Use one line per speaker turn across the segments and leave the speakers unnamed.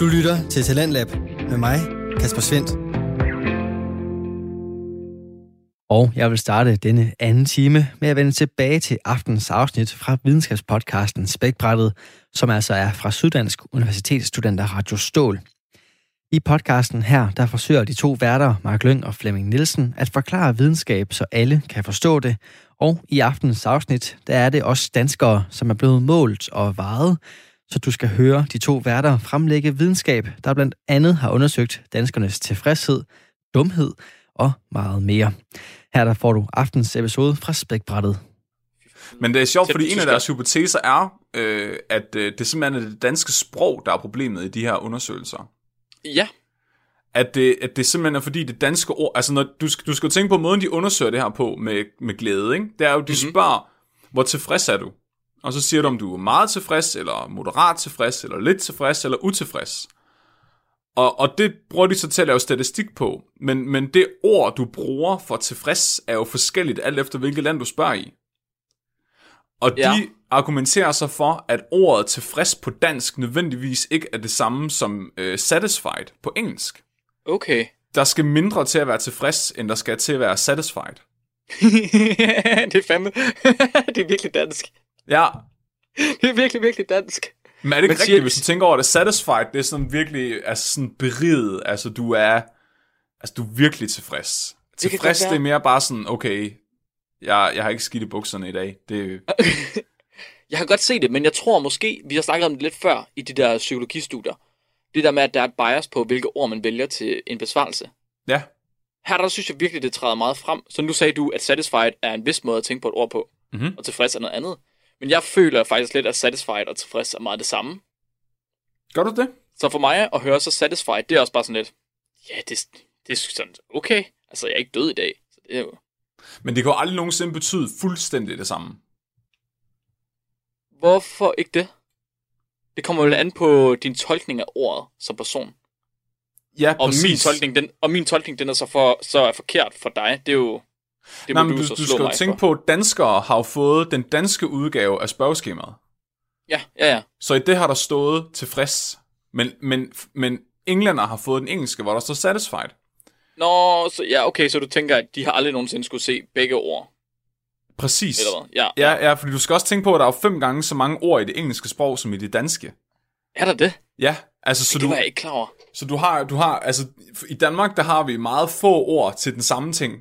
Du lytter til Talentlab med mig, Kasper Svendt. Og jeg vil starte denne anden time med at vende tilbage til aftens afsnit fra videnskabspodcasten Spækbrættet, som altså er fra Syddansk Universitetsstudenter Radio Stål. I podcasten her, der forsøger de to værter, Mark Lyng og Flemming Nielsen, at forklare videnskab, så alle kan forstå det. Og i aftenens afsnit, der er det også danskere, som er blevet målt og vejet, så du skal høre de to værter fremlægge videnskab, der blandt andet har undersøgt danskernes tilfredshed, dumhed og meget mere. Her der får du aftens episode fra Spækbrættet.
Men det er sjovt, fordi en af deres hypoteser er, øh, at øh, det simpelthen er det danske sprog, der er problemet i de her undersøgelser.
Ja,
At det, at det simpelthen er fordi det danske ord... Altså, når, du, skal- du skal jo tænke på måden, de undersøger det her på med, med glæde, ikke? Det er jo, de mm-hmm. spørger, hvor tilfreds er du? Og så siger du, om du er meget tilfreds, eller moderat tilfreds, eller lidt tilfreds, eller utilfreds. Og, og det bruger de så til at lave statistik på. Men, men det ord, du bruger for tilfreds, er jo forskelligt, alt efter hvilket land du spørger i. Og ja.
Ja.
de argumenterer så for, at ordet tilfreds på dansk nødvendigvis ikke er det samme som øh, satisfied på engelsk.
okay.
Der skal mindre til at være tilfreds, end der skal til at være satisfied.
det er fandme... det er virkelig dansk.
Ja,
Det er virkelig, virkelig dansk.
men er det ikke
Men
rigtigt,
siger-
hvis du tænker over det? Satisfied, det er sådan virkelig altså sådan beriget. Altså, du er, altså, du er virkelig tilfreds.
kan
Tilfreds,
godt
det,
være.
er mere bare sådan, okay, jeg, jeg har ikke skidt i bukserne i dag. Det,
Jeg kan godt se det, men jeg tror måske, vi har snakket om det lidt før i de der psykologistudier. Det der med, at der er et bias på, hvilke ord man vælger til en besvarelse.
ja,
Her der synes jeg virkelig, det træder meget frem. Så nu sagde du, at satisfied er en vis måde at tænke på et ord på,
Mhm.
og tilfreds er noget andet. Men jeg føler faktisk lidt, at satisfied og tilfreds er meget det samme.
gør du det?
Så for mig at høre så satisfied, det er også bare sådan lidt, ja, det, det er sgu sådan, okay, altså jeg er ikke død i dag. Så det er jo...
Men det kan jo aldrig nogensinde betyde fuldstændig det samme.
Hvorfor ikke det? Det kommer jo an på din tolkning af ordet som person.
Ja,
Og
præcis.
min, tolkning, den, og min tolkning, den er så, for, så er forkert for dig. Det er jo... Det
Nej,
må
men
du,
du,
så
du
slå
skal jo
mig
tænke
for.
på, at danskere har jo fået den danske udgave af spørgeskemaet.
Ja, ja, ja.
Så i det har der stået tilfreds. Men, men, men englænder har fået den engelske, hvor der står satisfied.
Nå, så, ja, okay, så du tænker, at de har aldrig nogensinde skulle se begge ord,
Præcis.
eller hvad? Ja. ja.
Ja, ja, fordi du skal også tænke på, at der er jo fem gange så mange ord i det engelske sprog, som i det danske.
Er der det?
Ja, altså, så
det
du,
var jeg ikke klar over.
så du har, du har, altså, i Danmark, der har vi meget få ord til den samme ting.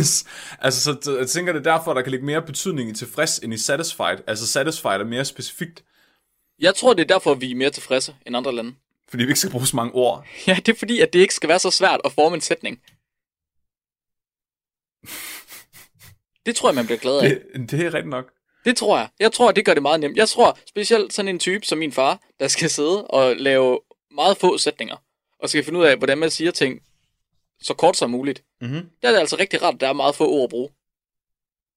altså, så, så jeg tænker, det er derfor, der kan ligge mere betydning i tilfreds, end i satisfied. Altså, satisfied er mere specifikt,
Jeg tror, det er derfor, vi er mere tilfredse end andre lande.
fordi vi ikke skal bruge så mange ord.
Ja, det er fordi, at det ikke skal være så svært at forme en sætning. Det tror jeg, man bliver glad af.
Det, det er rigtigt nok.
Det tror jeg. Jeg tror, det gør det meget nemt. Jeg tror, specielt sådan en type som min far, der skal sidde og lave meget få sætninger, og skal finde ud af, hvordan man siger ting så kort som muligt.
Mhm.
Der er det altså rigtig rart, at der er meget få ord at bruge.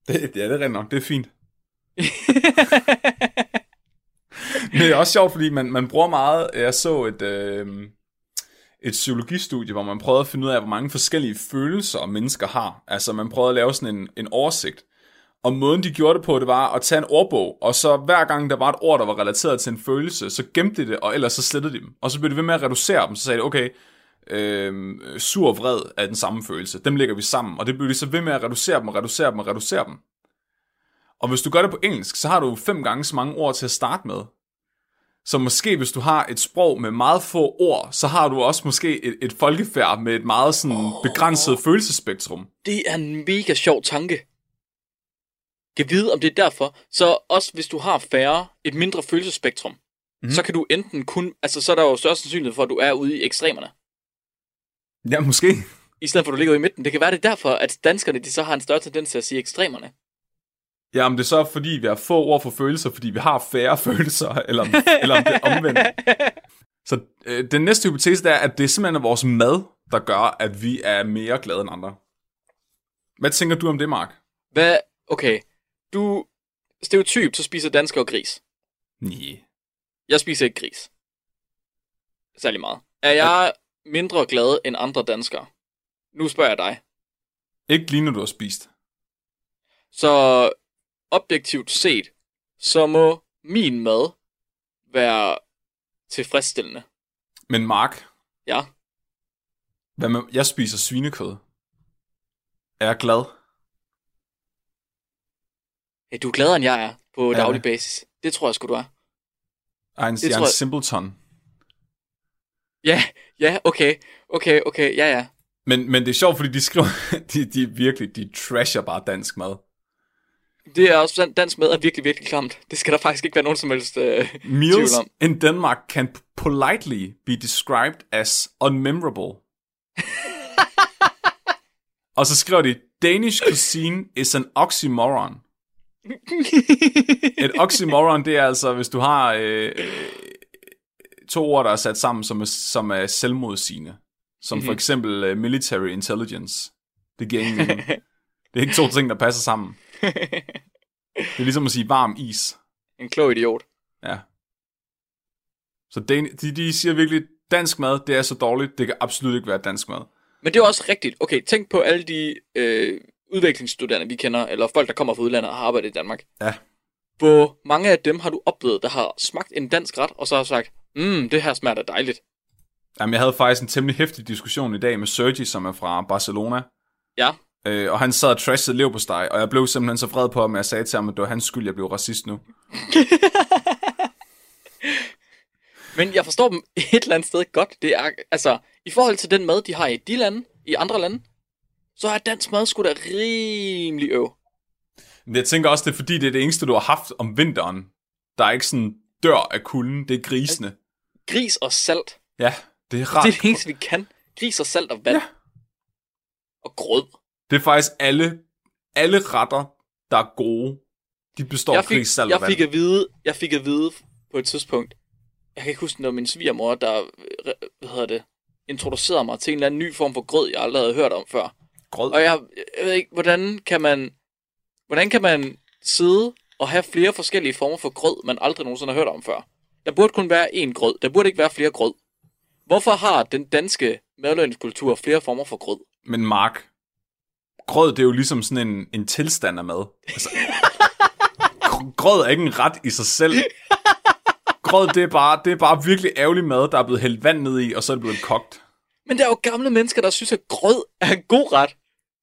Det, ja, det er rigtigt nok. Det er fint. Men det er også sjovt, fordi man, man bruger meget... Jeg så et, øh, et psykologistudie, hvor man prøvede at finde ud af, hvor mange forskellige følelser mennesker har. Altså, man prøvede at lave sådan en, en oversigt. Og måden, de gjorde det på, det var at tage en ordbog, og så hver gang der var et ord, der var relateret til en følelse, så gemte de det, og ellers så slettede de dem. Og så blev de ved med at reducere dem, så sagde de, okay, øh, sur og vred er den samme følelse. Dem lægger vi sammen, og det blev de så ved med at reducere dem, og reducere dem, og reducere dem. Og hvis du gør det på engelsk, så har du fem gange så mange ord til at starte med. Så måske hvis du har et sprog med meget få ord, så har du også måske et, et folkefærd med et meget sådan begrænset følelsespektrum.
Det er en mega sjov tanke. Kan vide, om det er derfor. Så også hvis du har færre, et mindre følelsespektrum, mm. så kan du enten kun... Altså, så er der jo større sandsynlighed for, at du er ude i ekstremerne.
Ja, måske.
I stedet for, at du ligger ude i midten. Det kan være, det er derfor, at danskerne de så har en større tendens til at sige ekstremerne.
Ja, om det så er fordi, vi har få ord for følelser, fordi vi har færre følelser, eller, om- eller om det er omvendt. Så øh, den næste hypotese der er, at det simpelthen er vores mad, der gør, at vi er mere glade end andre. Hvad tænker du om det, Mark?
Hvad? Okay. Du... Stereotyp, så spiser danskere gris.
Nej.
Jeg spiser ikke gris. Særlig meget. Er jeg mindre glad end andre danskere? Nu spørger jeg dig.
Ikke lige når du har spist.
Så objektivt set, så må min mad være tilfredsstillende.
Men Mark,
Ja.
hvad med, jeg spiser svinekød. Er jeg glad?
Ja, du er gladere, end jeg er på
Ja.
ja. daglig basis. Det tror jeg sgu, du er.
Ej, en,
Det
jeg er
tror
en
jeg-
simpleton.
Ja, ja, okay. Okay, okay, ja, ja.
Men, men det er sjovt, fordi de skriver, de, de virkelig, de trasher bare dansk mad.
Det er også sådan, dansk mad er virkelig, virkelig klamt. Det skal der faktisk ikke være nogen som helst øh,
Meals
tvivl om.
in Denmark can politely be described as unmemorable. Og så skriver de, Danish cuisine is an oxymoron. Et oxymoron, det er altså, hvis du har øh, øh, to ord, der er sat sammen, som er, som er selvmodsigende. Som
Mhm.
mm-hmm. for eksempel uh, military intelligence. Det giver ingen mening. Det er ikke to ting, der passer sammen. Det er ligesom at sige varm is.
en klog idiot.
Ja. Så Dan- de, de siger virkelig, dansk mad, det er så dårligt, det kan absolut ikke være dansk mad.
Men det er også rigtigt. Okay, tænk på alle de øh, udvekslingsstuderende, vi kender, eller folk, der kommer fra udlandet og har arbejdet i Danmark.
Ja.
Hvor mange af dem har du oplevet, der har smagt en dansk ret, og så har sagt, mm, det her smager da dejligt.
Jamen, jeg havde faktisk en temmelig hæftig diskussion i dag med Sergi, som er fra Barcelona.
Ja,
Øh, og han sad og trashede lev på steg, og jeg blev simpelthen så vred på ham, at jeg sagde til ham, at det var hans skyld, jeg blev racist nu.
men jeg forstår dem et eller andet sted godt. Det er, altså, i forhold til den mad, de har i de lande, i andre lande, så er dansk mad sgu da rimelig øv.
Men jeg tænker også, det er fordi, det er det eneste, du har haft om vinteren. Der er ikke sådan dør af kulden, det er grisene.
Gris og salt.
Ja, det er rart.
Det er det eneste, vi kan. Gris og salt og vand.
Ja.
Ja. Og grød.
Det er faktisk alle, alle retter, der er gode, de består
Jeg
af
fik,
gris, salt og
jeg,
vand.
fik at vide, jeg fik at vide på et tidspunkt, jeg kan ikke huske, når min svigermor, der øh, hvad hedder det, introducerede mig til en eller anden ny form for grød, jeg aldrig havde hørt om før.
Grød.
Og jeg, jeg ved ikke, hvordan kan man, hvordan kan man sidde og have flere forskellige former for grød, man aldrig nogensinde har hørt om før? Der burde kun være én grød. Der burde ikke være flere grød. Hvorfor har den danske madlavningskultur flere former for grød?
Men Mark, grød det er jo ligesom sådan en, en tilstand af mad. Altså, gr- grød er ikke en ret i sig selv. Grød, det er, bare, det er bare virkelig ærgerlig mad, der er blevet hældt vand ned i, og så er det blevet kogt.
Men der er jo gamle mennesker, der synes, at grød er en god ret. De
Det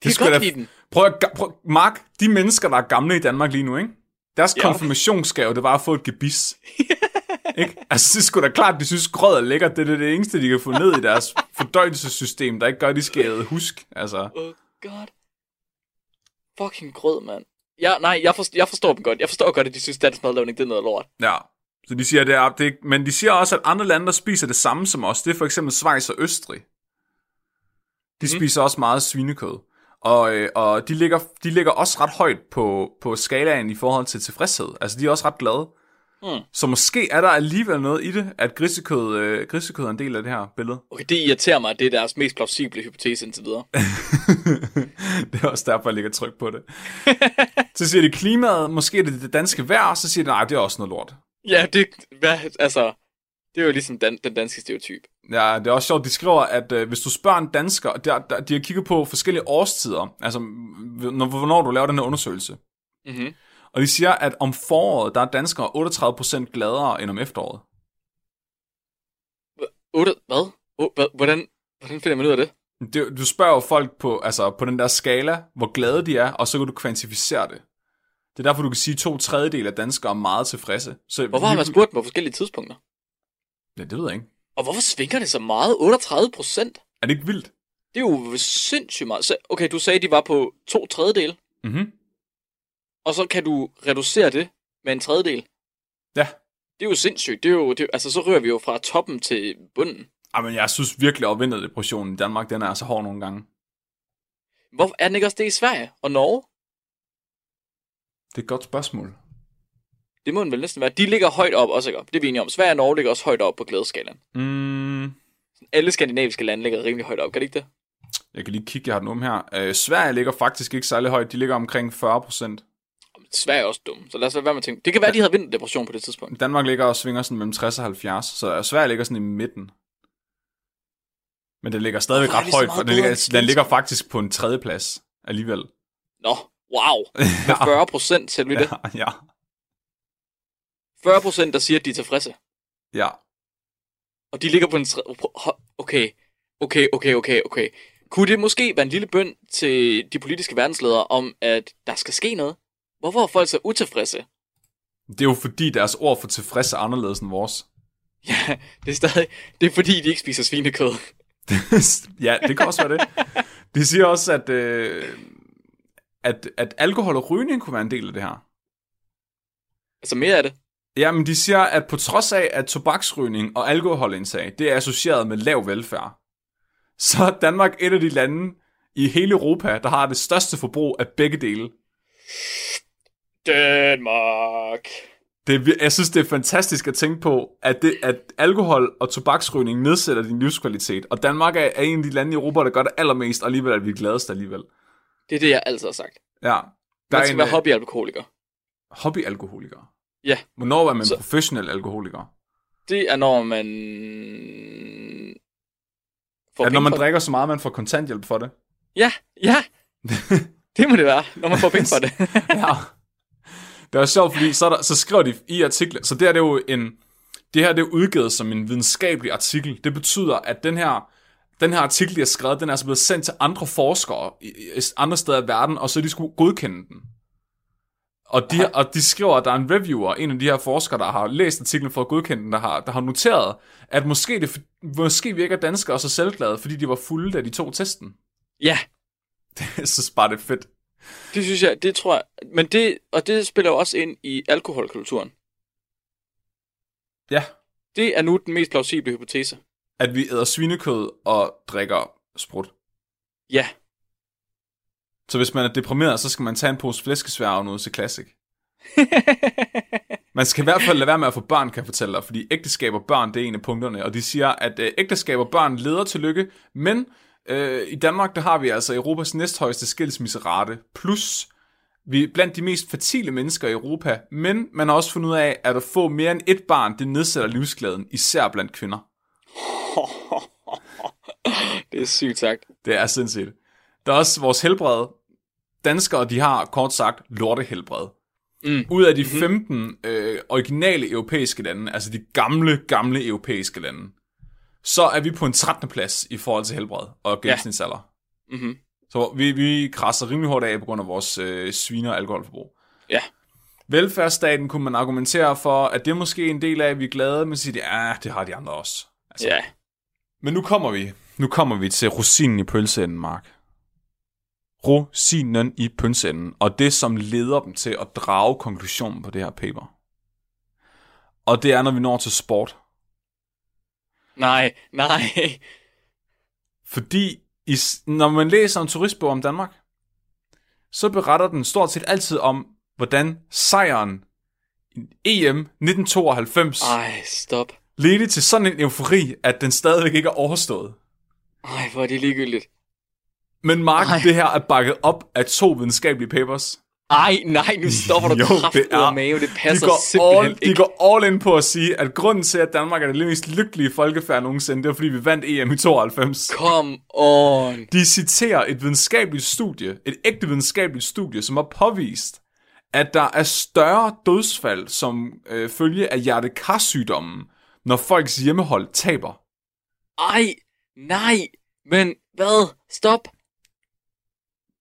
det
skal
kan godt
da-
lide den.
Prøv at, ga- prøv, Mark, de mennesker, der er gamle i Danmark lige nu, ikke? Deres ja.
Ja.
konfirmationsgave, det var at få et gebis. ikke? Altså, det er sgu da klart, de synes, grød er lækkert. Det er det eneste, de kan få ned i deres fordøjelsessystem, der ikke gør, at de skal æde husk. Altså.
Oh god. Fucking grød, mand. Ja, nej, jeg forstår, jeg forstår dem godt. Jeg forstår godt, at de synes, dansk madlavning det er noget lort.
Ja, så de siger, det er, det er, men de siger også, at andre lande, der spiser det samme som os, det er for eksempel Schweiz og Østrig. De mm. spiser også meget svinekød. Og, øh, og de, ligger, de ligger også ret højt på, på skalaen i forhold til tilfredshed. Altså, de er også ret glade.
Mm.
Så måske er der alligevel noget i det, at grisekød, øh, grisekød er en del af det her billede.
Okay, det irriterer mig, at det er deres mest plausible hypotese indtil videre.
det er også derfor, jeg lægger tryk på det. så siger de klimaet, måske er det det danske vejr, og så siger de, nej, det er også noget lort.
Ja, det, hvad, altså, det er jo ligesom dan, den danske stereotyp.
Ja, det er også sjovt, de skriver, at øh, hvis du spørger en dansker, der, der, de har kigget på forskellige årstider, altså hv- når, hvornår du laver den her undersøgelse,
Mm-hmm.
og de siger, at om foråret, der er danskere 38% gladere end om efteråret.
Otte, hvad? O, hva, hvordan, hvordan finder man ud af det?
Det, du spørger jo folk på, altså, på den der skala, hvor glade de er, og så kan du kvantificere det. Det er derfor, du kan sige, at to tredjedel af danskere er meget tilfredse. Så
Hvorfor har man spurgt dem på forskellige tidspunkter?
Ja, det ved jeg ikke.
Og hvorfor svinger det så meget? 38 procent?
Er det ikke vildt?
Det er jo sindssygt meget. Så, okay, du sagde, de var på to tredjedel,
Mhm.
og så kan du reducere det med en tredjedel.
Ja.
Det er jo sindssygt. Det er jo, det, altså, så rører vi jo fra toppen til bunden.
Ej, Ah, men jeg synes virkelig, at overvinderdepressionen i Danmark, den er altså hård nogle gange.
Hvorfor er den ikke også det i Sverige og Norge?
Det er et godt spørgsmål.
Det må den vel næsten være. De ligger højt op også, ikke? Det er vi enige om. Sverige og Norge ligger også højt op på glædeskalaen.
Mm.
Alle skandinaviske lande ligger rimelig højt op, kan det ikke det?
Jeg kan lige kigge, jeg har den om her. Øh, Sverige ligger faktisk ikke særlig højt. De ligger omkring 40 procent.
Sverige er også dumme, så lad os lade være med at tænke. Det kan være, de havde vinterdepression på det tidspunkt.
Danmark ligger og svinger sådan mellem 60 og 70, så øh, Sverige ligger sådan i midten. Men den ligger stadigvæk
Hvorfor
ret
er vi så
højt,
meget
og den
bedre
ligger,
end
den ligger faktisk på en tredje plads alligevel.
Nå, wow. Med 40 procent, selv vi det.
ja, ja,
40 procent, der siger, at de er tilfredse.
ja.
og de ligger på en træ... Okay, okay, okay, okay, okay. Kunne det måske være en lille bøn til de politiske verdensledere om, at der skal ske noget? Hvorfor er folk så utilfredse?
Det er jo fordi, deres ord for tilfreds er anderledes end vores.
Ja, det er stadig... Det er fordi, de ikke spiser svinekød.
ja, det kan også være det. De siger også, at, øh, at, at alkohol og rygning kunne være en del af det her.
Altså mere af det.
Jamen, de siger, at på trods af, at tobaksrygning og alkoholindtag, det er associeret med lav velfærd, så er Danmark et af de lande i hele Europa, der har det største forbrug af begge dele.
Danmark.
Det, er vir- jeg synes, det er fantastisk at tænke på, at, det, at alkohol og tobaksrygning nedsætter din livskvalitet, og Danmark er, er en af de lande i Europa, der gør det allermest, og alligevel er vi gladest alligevel.
Det er det, jeg altid har sagt.
Ja. Der
Man
er
skal
en
være
øh,
hobbyalkoholiker.
hobbyalkoholiker.
Ja,
Hvornår er man
Så-
så... professionel alkoholiker?
det er når man... Får
Er det, når
penge
man
for det.
drikker så meget, man får kontanthjælp for det?
Ja, ja. det må det være, når man får penge for det.
ja. Det er også sjovt, fordi så, er der, så skriver de i artiklen, så det her det er jo en, det her det er udgivet som en videnskabelig artikel. Det betyder, at den her, den her artikel, de har skrevet, den er altså blevet sendt til andre forskere i, i, andre steder i verden, og så er de skulle godkende den. Og de, og de skriver, at der er en reviewer, en af de her forskere, der har læst artiklen for at godkende den, der har, der har noteret, at måske, det, måske virker danskere så selvglade, fordi de var fulde, da de tog testen.
ja,
Jeg synes bare, det er fedt.
det synes jeg, det tror jeg. Men det, og det spiller jo også ind i alkoholkulturen.
Ja,
Det er nu den mest plausible hypotese.
at vi æder svinekød og drikker sprut.
Ja,
Så hvis man er deprimeret, så skal man tage en pose flæskesvær og noget til Classic. Man skal i hvert fald lade være med at få børn, kan jeg fortælle dig, fordi ægteskaber børn, det er en af punkterne, og de siger, at øh, ægteskaber børn leder til lykke, men øh, i Danmark, der har vi altså Europas næsthøjeste skilsmisserate, plus vi er blandt de mest fertile mennesker i Europa, men man har også fundet ud af, at at få mere end et barn, det nedsætter livsglæden, især blandt kvinder.
det er sygt sagt.
Det er sindssygt. Der er også vores helbred. Danskere, de har kort sagt lortehelbred.
Mm.
Ud af de 15 øh, originale europæiske lande, altså de gamle, gamle europæiske lande, så er vi på en 13. plads i forhold til helbred og gennemsnitsalder.
Mm-hmm.
Så vi, vi krasser rimelig hårdt af på grund af vores øh, sviner- og alkoholforbrug.
Ja.
Velfærdsstaten kunne man argumentere for, at det er måske en del af, at vi er glade, men siger de, ja, det har de andre også. Altså,
Ja.
men nu kommer vi. Nu kommer vi til rosinen i pølseenden, Mark. Rosinen i pølseenden, og det, som leder dem til at drage konklusionen på det her paper. Og det er, når vi når til sport.
Nej, nej.
Fordi i, s- når man læser en turistbog om Danmark, så beretter den stort set altid om, hvordan sejren i E EM 1992
Ej, stop.
ledte til sådan en eufori, at den stadigvæk ikke er overstået.
Ej, hvor er det ligegyldigt.
Men Mark,
Ej.
det her er bakket op af to videnskabelige papers.
Ej, nej, nu stopper du
Jo, det
kraft ud
er-
af mave. Det
de
passer
går,
simpelthen
all, de
ikke.
går all in på at sige, at grunden til, at Danmark er det mest lykkelige folkefærd nogensinde, det er, fordi vi vandt EM i 92.
Come on.
De citerer et videnskabeligt studie, et ægte videnskabeligt studie, som har påvist, at der er større dødsfald som øh, følge af hjertekarsygdommen, når folks hjemmehold taber.
Ej, nej. Men hvad? Stop.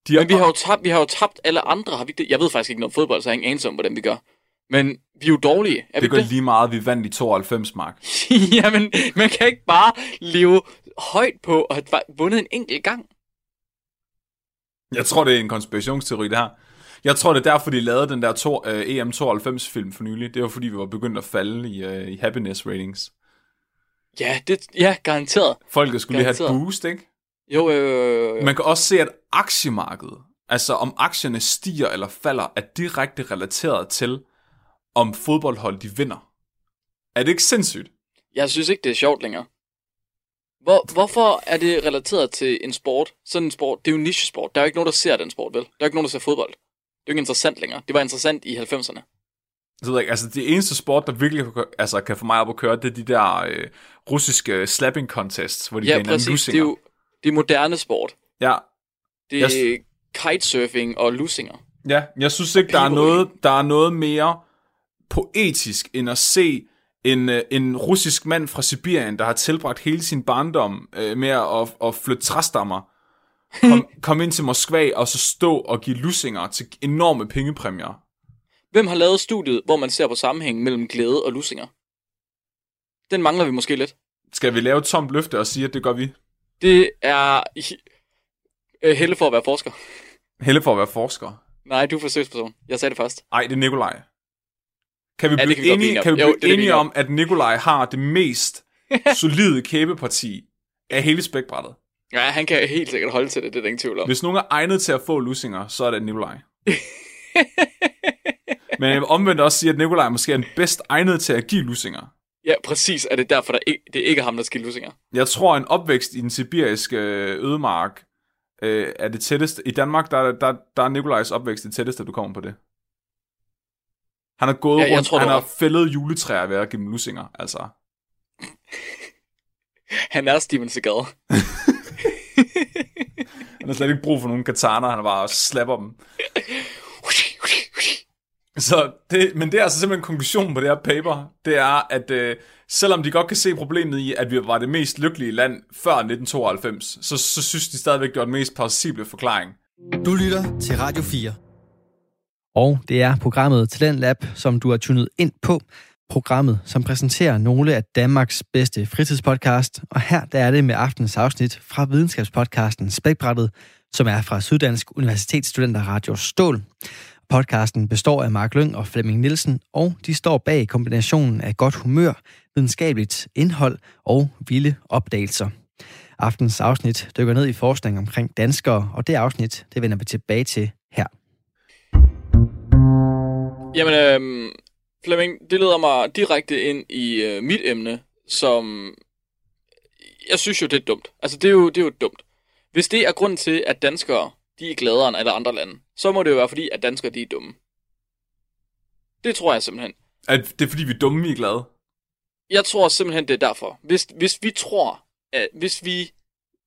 De er,
Men vi har jo tabt, vi har jo tabt alle andre. Har vi ikke det? Jeg ved faktisk ikke noget om fodbold, så jeg har ingen anelse om, hvordan vi gør. Men vi er jo dårlige, er vi
det
ikke
går
det?
lige meget, vi vandt i 92, Mark.
Jamen, man kan ikke bare leve højt på at have vundet en enkelt gang.
Jeg tror, det er en konspirationsteori, det her. Jeg tror, det er derfor, de lavede den der to, øh, EM92-film for nylig. Det var, fordi vi var begyndt at falde i, øh, i happiness ratings.
Ja, det, ja garanteret.
Folket skulle lige have et
Garanteret.
boost, ikke?
Jo, øh, jo, jo, jo, jo.
Man kan også se, at aktiemarkedet, altså om aktierne stiger eller falder, er direkte relateret til, om fodboldhold de vinder. Er det ikke sindssygt?
Jeg synes ikke, det er sjovt længere. Hvor, hvorfor er det relateret til en sport? Sådan en sport, det er jo nichesport. Der er jo ikke nogen, der ser den sport, vel? Der er jo ikke nogen, der ser fodbold. Det er jo ikke interessant længere. Det var interessant i 90'erne.
Jeg ved jeg ikke, altså det eneste sport, der virkelig altså, kan få mig op at køre, det er de der øh, russiske slapping contests, hvor de
Ja,
gainer
præcis. Det er jo det er moderne sport.
Ja,
Det
Jeg s-
er kitesurfing og lusinger.
Ja, jeg synes ikke, der er,
Piberøen.
noget, der er noget mere poetisk, end at se en, øh, en russisk mand fra Sibirien, der har tilbragt hele sin barndom øh, med at, at flytte træstammer, kom, kom ind til Moskva og så stå og give lussinger til enorme pengepræmier.
Hvem har lavet studiet, hvor man ser på sammenhængen mellem glæde og lussinger? Den mangler vi måske lidt.
Skal vi lave et tomt løfte og sige, at det gør vi?
Det er øh, Helle for at være forsker.
Helle for at være forsker.
Nej, du er forsøgsperson. Jeg sagde det først.
Ej, det er Nikolaj. Kan vi
Ja,
blive
det
kan
kan
vi enige, kan
vi godt blive
vi
enige
blive
om. Jo, det er det, vi
enige
gør.
om, at Nikolaj har det mest solide kæbeparti af hele spækbrættet?
Ja, han kan helt sikkert holde til det, det er der ingen tvivl om.
Hvis nogen er egnet til at få lussinger, så er det Nikolaj. Men jeg vil omvendt også sige, at Nikolaj måske er den bedst egnet til at give lussinger.
Ja, præcis er det derfor, der ikke, det er ikke ham, der skal lusinger.
Jeg tror, en opvækst i den sibiriske øh, ødemark øh, er det tætteste. I Danmark, der, er- der, der er Nikolajs opvækst det tætteste, du kommer på det. Han har gået
Ja,
ja,
jeg
rundt,
tror,
tror, han
du
har
har-
fældet juletræer ved at give dem lussinger, altså.
Han er Steven Seagal.
Han har slet ikke brug for nogen kataner, han bare slapper dem. Så det, men det er altså simpelthen konklusionen på det her paper, det er, at øh, selvom de godt kan se problemet i, at vi var det mest lykkelige land før 1992, så, så synes de stadigvæk, det var den mest plausible forklaring.
Du lytter til Radio 4. Og det er programmet Talent Lab, som du har tunet ind på. Programmet, som præsenterer nogle af Danmarks bedste fritidspodcast. Og her der er det med aftenens afsnit fra videnskabspodcasten Spækbrættet, som er fra Syddansk Universitetsstudenter Radio Stål. Podcasten består af Mark Lyng og Flemming Nielsen, og de står bag kombinationen af godt humør, videnskabeligt indhold og vilde opdagelser. Aftens afsnit dykker ned i forskning omkring danskere, og det afsnit, det vender vi tilbage til her.
Jamen, øhm, Flemming, det leder mig direkte ind i øh, mit emne, som... Jeg synes jo, det er dumt. Altså, det er jo, det er jo dumt. Hvis det er grund til, at danskere, de er gladere end alle andre lande, så må det jo være fordi, at danskere, de er dumme. Det tror jeg simpelthen.
At det er fordi, vi er dumme, vi er glade.
Jeg tror simpelthen, det er derfor. Hvis, hvis vi tror, at hvis vi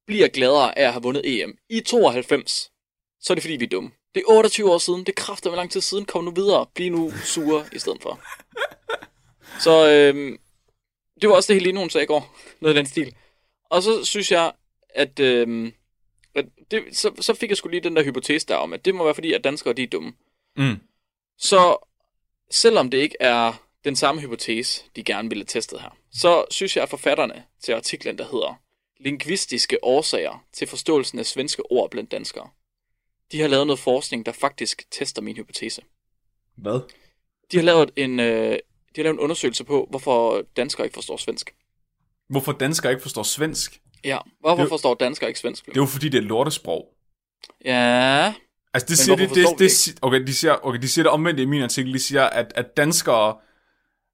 bliver gladere af at have vundet EM i 92, så er det fordi, vi er dumme. Det er 28 år siden, det er kræfter med lang tid siden, kom nu videre, bliv nu sure i stedet for. Så øhm, det var også det, Helene hun sagde i går, noget i den stil. Og så synes jeg, at, øhm, at det, så, så fik jeg sgu lige den der hypotese der om, at det må være fordi, at danskere de er dumme.
Mm.
Så selvom det ikke er den samme hypotese, de gerne ville have testet her, så synes jeg, at forfatterne til artiklen, der hedder Lingvistiske årsager til forståelsen af svenske ord blandt danskere, de har lavet noget forskning, der faktisk tester min hypotese.
Hvad?
De har lavet en, øh, de har lavet en undersøgelse på, hvorfor danskere ikke forstår svensk.
Hvorfor danskere ikke forstår svensk?
Ja, hvorfor
Det-
det... forstår danskere ikke svensk?
Det er jo fordi, det er et lortesprog.
Ja,
Altså, det
Men
siger, det,
hvorfor
det,
forstår
det,
vi
si- okay, de siger, okay, de siger det omvendt i min artikel. De siger, at, at danskere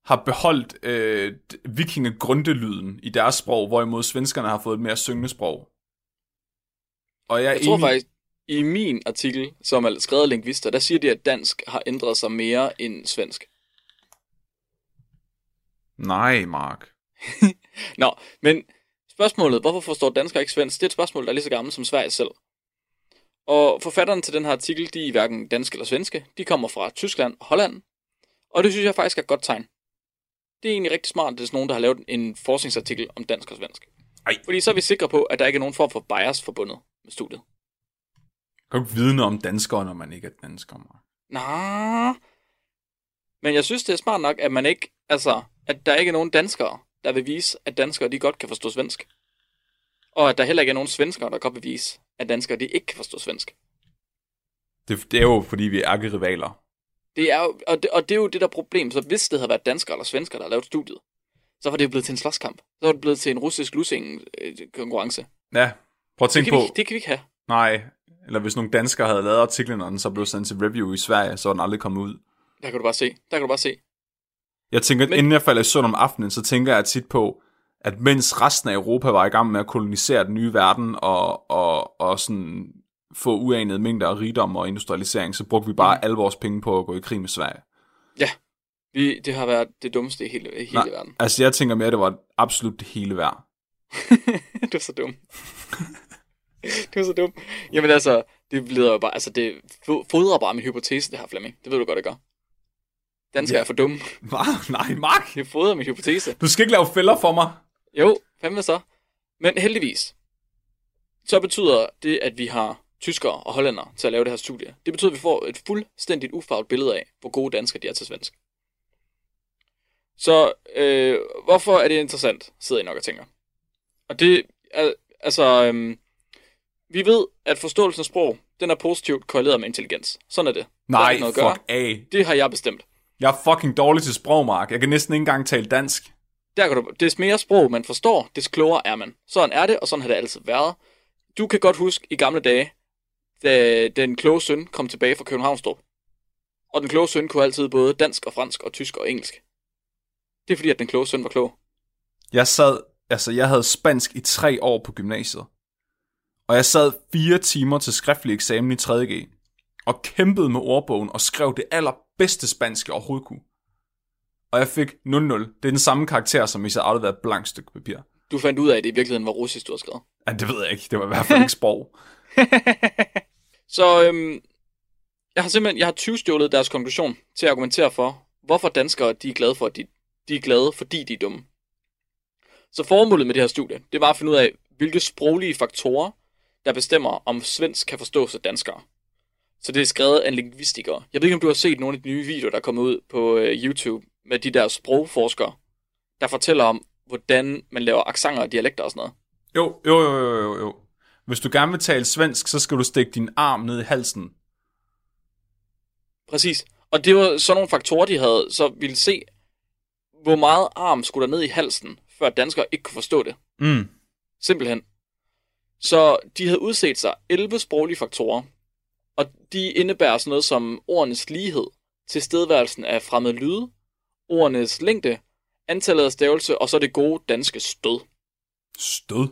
har beholdt øh, vikingegrundelyden i deres sprog, hvorimod svenskerne har fået et mere syngende sprog. Og jeg, er
jeg tror
enig-
faktisk, i min artikel, som er skrevet af lingvister, der siger de, at dansk har ændret sig mere end svensk.
Nej, Mark.
Nå, men spørgsmålet, hvorfor forstår danskere ikke svensk, det er et spørgsmål, der er lige så gammelt som Sverige selv. Og forfatterne til den her artikel, de er hverken danske eller svenske. De kommer fra Tyskland og Holland. Og det synes jeg faktisk er et godt tegn. Det er egentlig rigtig smart, at det er sådan nogen, der har lavet en forskningsartikel om dansk og svensk.
Ej.
Fordi så er vi sikre på, at der ikke er nogen form for bias forbundet med studiet.
Jeg kan jo ikke vide noget om danskere, når man ikke er dansker, Mark.
Nå. Men jeg synes, det er smart nok, at man ikke, altså, at der ikke er nogen danskere, der vil vise, at danskere de godt kan forstå svensk. Og at der heller ikke er nogen svenskere, der godt vil vise, at danskere de ikke kan forstå svensk.
Det, det er jo, fordi vi er ærkerivaler.
Det er jo, og, det, og det er jo det der problem, så hvis det havde været danskere eller svenskere, der havde lavet studiet, så var det jo blevet til en slåskamp. Så var det blevet til en russisk lussing øh, konkurrence.
Ja, prøv at
Det
tænke
kan, vi,
på...
ikke- det kan vi ikke have.
Nej, eller hvis nogle danskere havde lavet artiklen, og den så blev sendt til review i Sverige, så var den aldrig kommet ud.
Der kan du bare se. Der kan du bare se.
Jeg tænker, at
Men-
inden jeg falder i søvn om aftenen, så tænker jeg tit på, at mens resten af Europa var i gang med at kolonisere den nye verden og, og, og sådan få uanede mængder af rigdom og industrialisering, så brugte vi bare
Mm.
alle vores penge på at gå i krig med Sverige.
Vi, det har været det dummeste i hele, i hele
Nej.
verden.
Altså, jeg tænker mere, at det var absolut det hele værd.
du er så dum. du er så dum. Jamen altså, det leder jo bare, altså det fodrer bare min hypotese, det her Flemming. Det ved du godt, det gør. Danskere
Ja.
er for dumme.
Hva? Nej, Mark.
Det fodrer min hypotese.
Du skal ikke lave fælder for mig.
Jo, fandme så. Men heldigvis, så betyder det, at vi har tyskere og hollændere til at lave det her studie. Det betyder, at vi får et fuldstændigt ufarvet billede af, hvor gode danskere de er til svensk. Så øh, hvorfor er det interessant, sidder I nok og tænker. Og det er, altså, øhm, vi ved, at forståelsen af sprog, den er positivt korreleret med intelligens. Sådan er det. Der er
Nej,
ikke noget at
fuck
gøre.
af.
Det har jeg bestemt.
Jeg er fucking dårlig til sprog, Mark. Jeg kan næsten ikke engang tale dansk.
Der kan du, des mere sprog man forstår, des klogere er man. Sådan er det, og sådan har det altid været. Du kan godt huske i gamle dage, da den kloge søn kom tilbage fra Københavnstrup. Og den kloge søn kunne altid både dansk og fransk og tysk og engelsk. Det er fordi, at den kloge søn var klog.
Jeg sad, altså jeg havde spansk i tre år på gymnasiet. Og jeg sad fire timer til skriftlig eksamen i 3.G. Og kæmpede med ordbogen og skrev det allerbedste spansk, jeg overhovedet kunne. Og jeg fik 0-0. Det er den samme karakter, som hvis jeg aldrig havde et blankt stykke papir.
Du fandt ud af, at det i virkeligheden var russisk, du havde skrevet.
Ja, det ved jeg ikke. Det var i hvert fald ikke sprog.
Så øhm, jeg har simpelthen jeg har tyvstjålet deres konklusion til at argumentere for, hvorfor danskere de er glade for, at de, de er glade, fordi de er dumme. Så formålet med det her studie, det var at finde ud af, hvilke sproglige faktorer, der bestemmer, om svensk kan forstås af danskere. Så det er skrevet af en lingvistiker. Jeg ved ikke, om du har set nogle af de nye videoer, der er kommet ud på øh, YouTube med de der sprogforskere, der fortæller om, hvordan man laver accenter og dialekter og sådan noget.
Jo, jo, jo, jo, jo, jo. Hvis du gerne vil tale svensk, så skal du stikke din arm ned i halsen.
Præcis. Og det var sådan nogle faktorer, de havde, så ville se, hvor meget arm skulle der ned i halsen, før danskere ikke kunne forstå det.
Mm.
Simpelthen. Så de havde udset sig 11 sproglige faktorer, og de indebærer sådan noget som ordenes lighed, tilstedeværelsen af fremmede lyde, ordenes længde, antallet af stavelse, og så det gode danske stød.
Stød.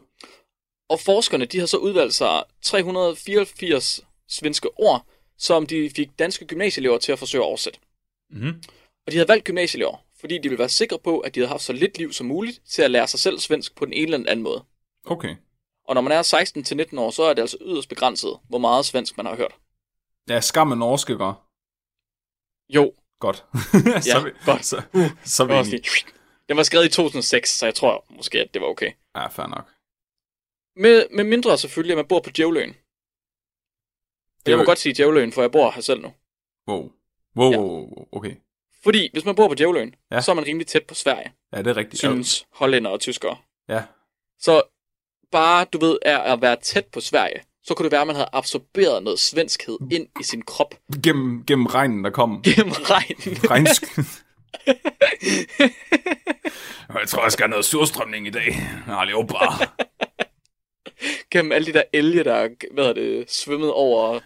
Og forskerne, de har så udvalgt sig 384 svenske ord, som de fik danske gymnasieelever til at forsøge at oversætte.
Mm.
Og de havde valgt gymnasieelever, fordi de ville være sikre på, at de havde haft så lidt liv som muligt til at lære sig selv svensk på den ene eller den anden måde.
Okay.
Og når man er 16-19 år, så er det altså yderst begrænset, hvor meget svensk man har hørt.
Ja, skam er norske, gør.
Jo,
Godt. så
Ja,
er vi,
godt.
Så, så er
det
vi
var også
enige.
lige... Den var skrevet i 2006, så jeg tror måske, at det var okay.
Ja, fair nok.
Med, med mindre selvfølgelig, at man bor på Djævløen. Og Jeg må
jo-
godt sige Djævløen, for jeg bor her selv nu.
Wow. Wow,
Ja.
wow, wow, wow, okay.
Fordi hvis man bor på Djævløen,
Ja.
ja. så er man rimelig tæt på Sverige,
Ja, det er rigtigt.
synes hollænder og tyskere.
Ja.
Så bare, du ved, er at være tæt på Sverige, så kunne det være, at man havde absorberet noget svenskhed ind i sin krop
Gennem, gennem regnen, der kom.
gennem regnen.
Regnsk. jeg tror, jeg skal have noget surstrømning i dag. Nej, det er jo bare.
gennem alle de der elge, der er, hvad hedder det, svømmet over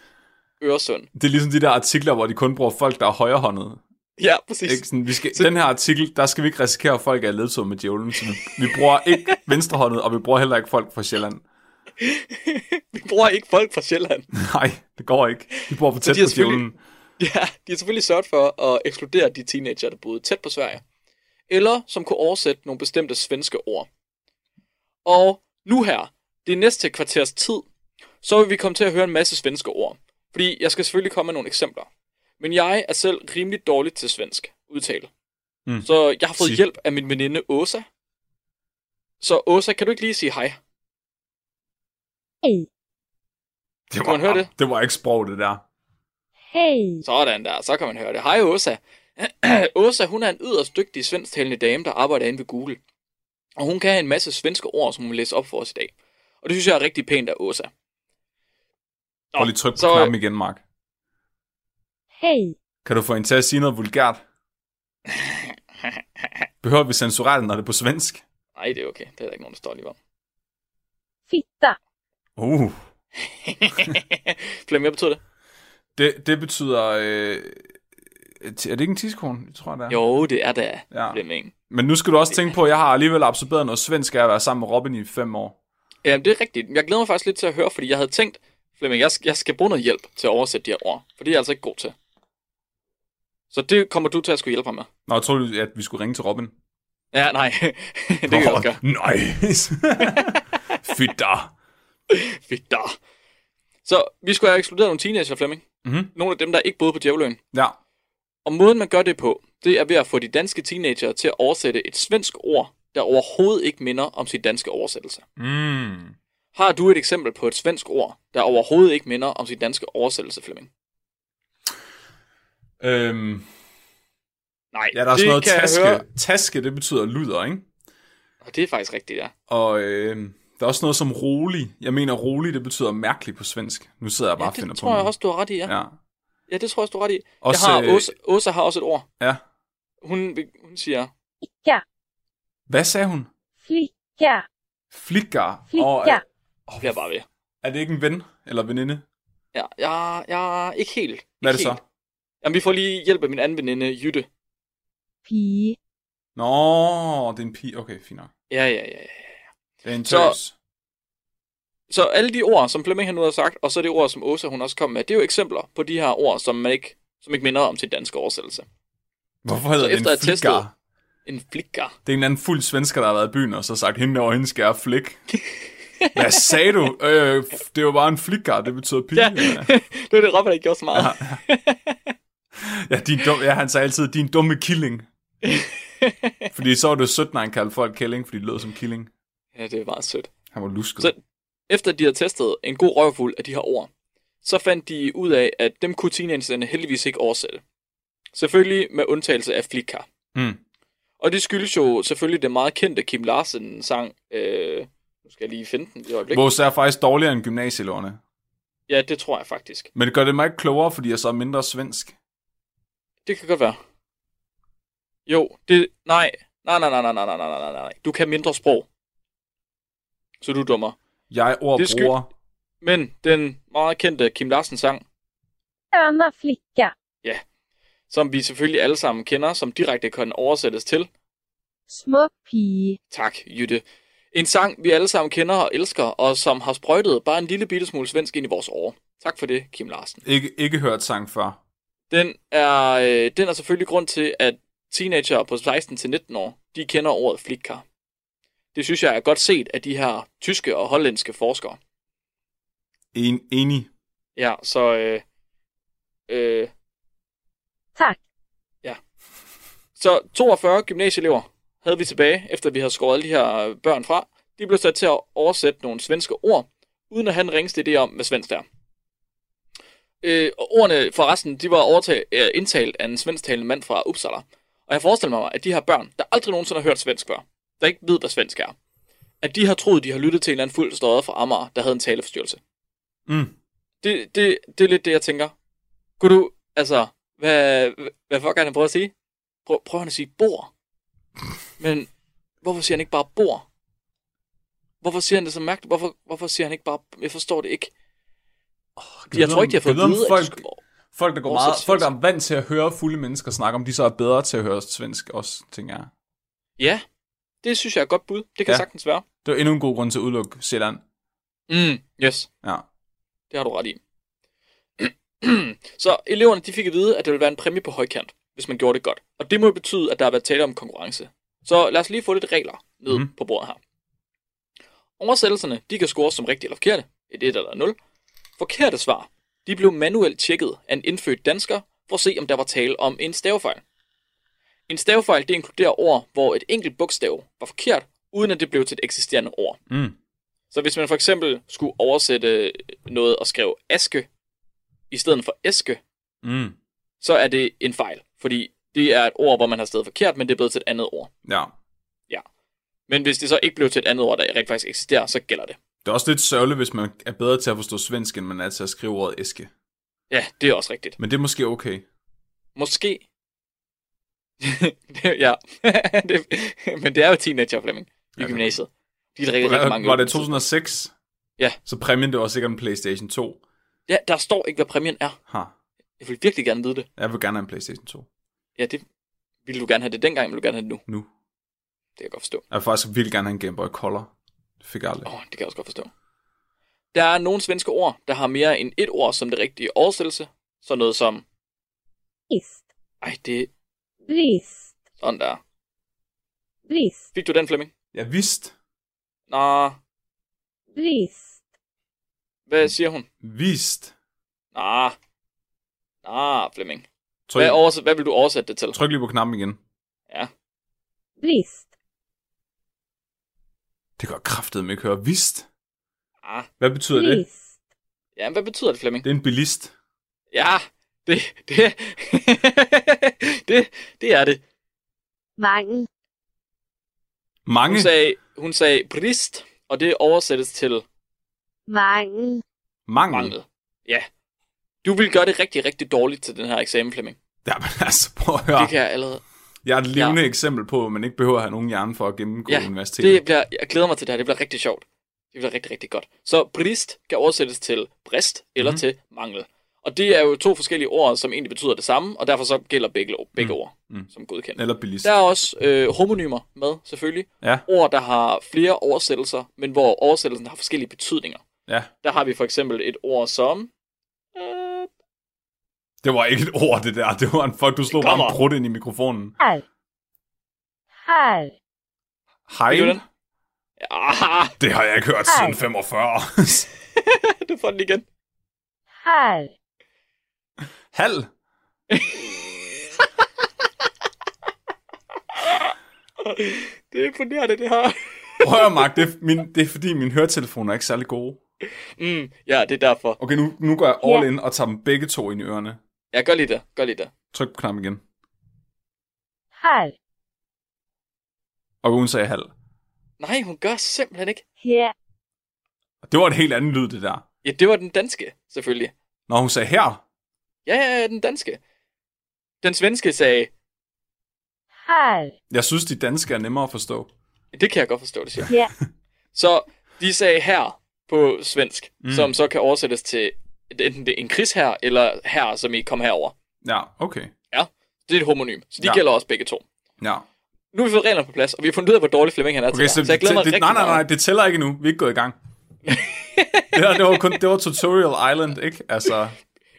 Øresund.
Det er ligesom de der artikler, hvor de kun bruger folk, der er højrehåndede.
Ja, præcis.
Ikke? Sådan, vi skal, den her artikel, der skal vi ikke risikere, at folk er ledsomme med djævlen. Så vi, vi bruger ikke venstrehåndet, og vi bruger heller ikke folk fra Sjælland.
Vi bruger ikke folk fra Sjælland.
Nej, det går ikke. Vi bruger for tæt
de har
på djævlen.
Ja, de har selvfølgelig sørget for at ekskludere de teenager, der boede tæt på Sverige. Eller som kunne oversætte nogle bestemte svenske ord. Og nu her, det næste kvarters tid, så vil vi komme til at høre en masse svenske ord. Fordi jeg skal selvfølgelig komme med nogle eksempler. Men jeg er selv rimelig dårlig til svensk udtale.
Mm.
Mm. Så jeg har fået
Sig.
hjælp af min veninde Åsa. Så Åsa, kan du ikke lige sige hej?
Hej,
Det
Kunne man høre det?
Det var ikke sprog, det der.
hej,
Sådan der, så kan man høre det. Hej Åsa. Åsa, hun er en yderst dygtig svensktalende dame, der arbejder inde ved Google. Og hun kan en masse svenske ord, som hun vil læse op for os i dag. Og det synes jeg er rigtig pænt af Åsa. Nå,
Prøv lige tryk på
så-
knappen igen, Mark.
hej,
Kan du få hende til at sige noget vulgært? Behøver vi censurere det, når det er på svensk?
Nej, det er okay. Det er der ikke nogen, der står lige om.
fitta,
Uh.
Flemming, hvad betyder det?
Det, det betyder... Øh, er det ikke en tidskorn? Det tror jeg, det er.
Jo, det er da
Ja.
Flemming.
Men nu skal du også tænke på, at jeg har alligevel absorberet noget svensk af at være sammen med Robin i fem år.
Ja, det er rigtigt. Jeg glæder mig faktisk lidt til at høre, fordi jeg havde tænkt, Flemming, jeg, jeg skal bruge noget hjælp til at oversætte de her ord. For det er jeg altså ikke god til. Så det kommer du til at skulle hjælpe mig med.
Nå, jeg troede, at vi skulle ringe til Robin.
Ja, nej. det kan jeg også gøre.
Nej. Fedt der.
Fedt da. Så vi skulle have ekskluderet nogle teenager, Flemming.
Mhm.
Nogle af dem, der ikke boede på Djævløen.
Ja.
Og måden, man gør det på, det er ved at få de danske teenager til at oversætte et svensk ord, der overhovedet ikke minder om sin danske oversættelse.
Mm.
Har du et eksempel på et svensk ord, der overhovedet ikke minder om sin danske oversættelse, Flemming?
Øhm,
Nej,
ja, der er sådan
det
noget
kan
taske.
jeg høre.
Taske, det betyder luder, ikke?
Og det er faktisk rigtigt, ja.
Og øhm, der er også noget som rolig. Jeg mener rolig, det betyder mærkelig på svensk. Nu sidder jeg bare og
ja
finder
det
på
tror jeg
noget.
også, du har ret i, ja. ja.
Ja.
Ja, det tror jeg også, du har ret i.
Også,
jeg har,
øh,
Åsa, Åsa har også et ord.
ja.
Hun, hun siger,
Icka.
Hvad sagde hun?
Flicka.
Flickar. Og,
Flicka.
er,
oh, jeg er bare ved.
er det ikke en ven eller veninde?
Ja, jeg, jeg ikke helt. Ikke
Hvad er det
helt.
så?
Jamen, vi får lige hjælp af min anden veninde, Jytte.
Pige.
Nå, det er en pige. Okay, fint nok.
Ja, ja, ja. ja.
Det er en
Så-
tøs.
Så alle de ord, som Flemming han nu har sagt, og så det ord, som Åsa hun også kom med, det er jo eksempler på de her ord, som man ikke, som ikke minder om til dansk oversættelse.
Hvorfor
så
hedder det en
efter at have
flickar?
testet- En flikker.
Det er en eller anden fuld svensker, der har været i byen, og så har sagt, hende over hende skal jeg flik. Hvad sagde du? Øh, f- det var bare en flickar, det betyder pige.
Ja, det var det, Robert ikke gjorde så meget. Ja.
ja, din dum, ja, han sagde altid, din dumme killing. fordi så var det sødt, når han kaldte folk killing, fordi det lød som killing.
ja, det er meget sødt.
Han var lusket.
Så- Efter de havde testet en god røvfuld af de her ord, så fandt de ud af, at dem kunne teenagerne heldigvis ikke oversætte. Selvfølgelig med undtagelse af flikker.
Mm.
Og det skyldes jo selvfølgelig den meget kendte Kim Larsen sang, øh, nu skal jeg lige finde den i et øjeblik.
Vores er faktisk dårligere end gymnasieeleverne.
Ja, det tror jeg faktisk.
Men det gør det mig ikke klogere, fordi jeg så er mindre svensk.
Det kan godt være. Jo, det... Nej. Nej, nej, nej, nej, nej, nej, nej, nej, nej. Du kan mindre sprog. Så du er dummer.
Jeg ord
Det er skyld.
bruger.
Men den meget kendte Kim Larsen sang,
Öna flicka.
som vi selvfølgelig alle sammen kender, som direkte kan oversættes til,
Smuk pige.
tak Jytte, en sang vi alle sammen kender og elsker, og som har sprøjtet bare en lille bitte smule svensk ind i vores år. Tak for det, Kim Larsen.
Ikke, ikke hørt sang før.
Den er, øh, den er selvfølgelig grund til, at teenager på 16-19 år, de kender ordet flikkar. Det synes jeg er godt set af de her tyske og hollandske forskere.
En, enig.
Ja, så... Øh, øh,
Tack.
så 42 gymnasieelever havde vi tilbage, efter vi havde skåret alle de her øh, børn fra. De blev sat til at oversætte nogle svenske ord, uden at have en ringste idé om, hvad svensk er. Øh, og ordene forresten, de var overtag, øh, indtalt af en svensktalende mand fra Uppsala. Og jeg forestiller mig, at de her børn, der aldrig nogensinde har hørt svensk før, der ikke ved, hvad svensk er, at de har troet, de har lyttet til en eller anden fuld støjet fra Amager, der havde en taleforstyrrelse.
Mm.
det, det, det er lidt det, jeg tænker. Kunne du, altså, hvad, hvad fuck er han prøver at sige? Prøv, prøver han at sige bor? Men hvorfor siger han ikke bare bor? Hvorfor siger han det så mærkeligt? Hvorfor, hvorfor siger han ikke bare, jeg forstår det ikke. Jeg tror ikke, de har fået
Gad
at
vide,
vide,
om
at
folk,
de skulle...
folk, der går
oversætte
meget,
svensk.
folk, der er vant til at høre fulde mennesker snakke om, de så er bedre til at høre svensk også, tænker jeg.
Ja, det synes jeg er et godt bud. Det kan
Ja.
ja. sagtens være.
Det var endnu en god grund til at udelukke Sjælland.
Mm, yes.
Ja.
Det har du ret i. så eleverne de fik at vide, at der ville være en præmie på højkant, hvis man gjorde det godt. Og det må jo betyde, at der har været tale om konkurrence. Så lad os lige få lidt regler ned
Mhm.
mm. på bordet her. Oversættelserne de kan scores som rigtige eller forkerte, et 1 eller 0. Forkerte svar de blev manuelt tjekket af en indfødt dansker for at se, om der var tale om en stavefejl. En stavefejl det inkluderer ord, hvor et enkelt bogstav var forkert, uden at det blev til et eksisterende ord.
Mm.
Så hvis man for eksempel skulle oversætte noget og skrev aske i stedet for æske,
Mm.
så er det en fejl, fordi det er et ord, hvor man har stedet forkert, men det er blevet til et andet ord.
Ja.
Men hvis det så ikke blev til et andet ord, der rent faktisk eksisterer, så gælder det.
Det er også lidt sørgeligt, hvis man er bedre til at forstå svensk, end man er til at skrive ordet æske.
Ja, det er også rigtigt.
Men det er måske okay.
Måske. det, ja, det, men det er jo teenager, Flemming, i
Ja, det-
gymnasiet. De drikker rigtig mange
Var, var
øl.
det 2006?
Ja.
Så præmien, det var sikkert en Playstation 2.
Ja, der står ikke, hvad præmien er.
Ha.
Jeg vil virkelig gerne vide det.
Jeg vil gerne have en Playstation 2.
Ja, det ville du gerne have det dengang, men vil du gerne have det nu.
Nu.
Det kan jeg godt forstå.
Jeg vil faktisk virkelig gerne have en Game Boy Color. Det fik jeg aldrig.
Åh, oh, det kan jeg også godt forstå. Der er nogle svenske ord, der har mere end et ord som det rigtige oversættelse. Sådan noget som,
Ist.
ej, det er
Brist.
sådan der.
Brist.
Fik du den, Flemming?
Jeg vidste.
Nå,
Brist.
hvad siger hun?
Vist.
Nå, nå, Flemming.
Tryk,
Hvad, oversæt, hvad vil du oversætte det til?
tryk lige på knappen igen.
Ja.
brist,
Det gør kraftet med ikke høre. Vist.
Ah,
Hvad betyder det?
brist,
ja, men hvad betyder det, Flemming?
Det er en bilist.
Ja, det, det, det, det er det.
mangel,
Mange.
Hun sagde, hun sagde brist, og det oversættes til
mangel,
Mange.
mangel. Ja. Du vil gøre det rigtig, rigtig dårligt til den her eksamen, Flemming.
Ja, men altså, prøv at
Ja.
høre.
Det kan jeg allerede.
Jeg er et levende ja. eksempel på, at man ikke behøver at have nogen hjerne for at gennemgå
Ja,
ja, universitetet.
Det bliver, jeg glæder mig til det her. Det bliver rigtig sjovt. Det bliver rigtig, rigtig godt. Så brist kan oversættes til brist eller mm.
Mhm.
til mangel. Og det er jo to forskellige ord, som egentlig betyder det samme, og derfor så gælder begge, begge ord
Mm.
som godkendt.
Eller bilist.
Der er også øh, homonymer med, selvfølgelig.
Ja.
Ord, der har flere oversættelser, men hvor oversættelsen har forskellige betydninger.
Ja.
Der har vi for eksempel et ord som... Øh,
Det var ikke et ord, det der. Det var en fuck, du slog bare
Kommer.
en prut ind i mikrofonen.
här, här,
Hej.
Ved du den? ah,
Det har jeg ikke hørt siden
Hej.
45.
du får den igen.
här,
Hal.
Det er imponerende, det her.
Prøv at Mark, det er, min, det er fordi mine høretelefoner er ikke særlig gode.
Mm, ja, det er derfor.
Okay, nu, nu går jeg all
Ja.
in og tager dem begge to ind i ørerne.
Ja, gør lige det. Gør lige det.
Tryk på knappen igen.
här,
Og hun sagde hal.
Nej, hun gør simpelthen ikke.
här,
Det var en helt anden lyd, det der.
Ja, det var den danske, selvfølgelig.
Når hun sagde her.
Ja, ja, ja, den danske. Den svenske sagde,
här,
Jeg synes, de danske er nemmere at forstå.
det kan jeg godt forstå, det siger.
ja,
Så de sagde her på svensk, mm.
Mm.
som så kan oversættes til enten det er en krigsherre, eller her, som I kom herover.
Ja, okay.
Det er et homonym, så de ja.
Ja.
gælder også begge to.
Ja.
Nu har vi fået reglerne på plads, og vi har fundet ud af, hvor dårlig Flemming han er til
Okay,
det her.
så,
så jeg glæder mig
det,
rigtig
nej, nej, nej,
meget.
det tæller ikke nu. Vi er ikke gået i gang. det, her, det, var kun, det var Tutorial Island, ikke? Altså,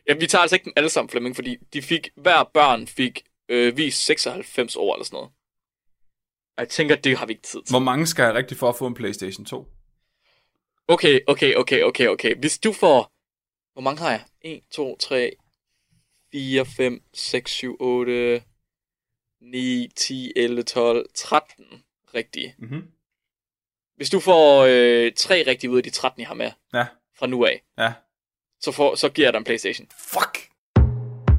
Ja, vi tager altså ikke dem alle sammen, Flemming, fordi de fik, hver børn fik øh, vist 96 år eller sådan noget. Jeg tænker, det har vi ikke tid til.
hvor mange skal jeg rigtig for at få en Playstation 2?
Okay, okay, okay, okay, okay. Hvis du får... Hvor mange har jeg? 1, 2, 3, 4, 5, 6, 7, 8, 9, 10, 11, 12, 13 rigtige.
Mm-hmm.
Hvis du får øh, 3 rigtige ud af de 13, jeg har med
Ja,
fra nu af,
ja.
så, får, så giver jeg dig en Playstation.
Fuck!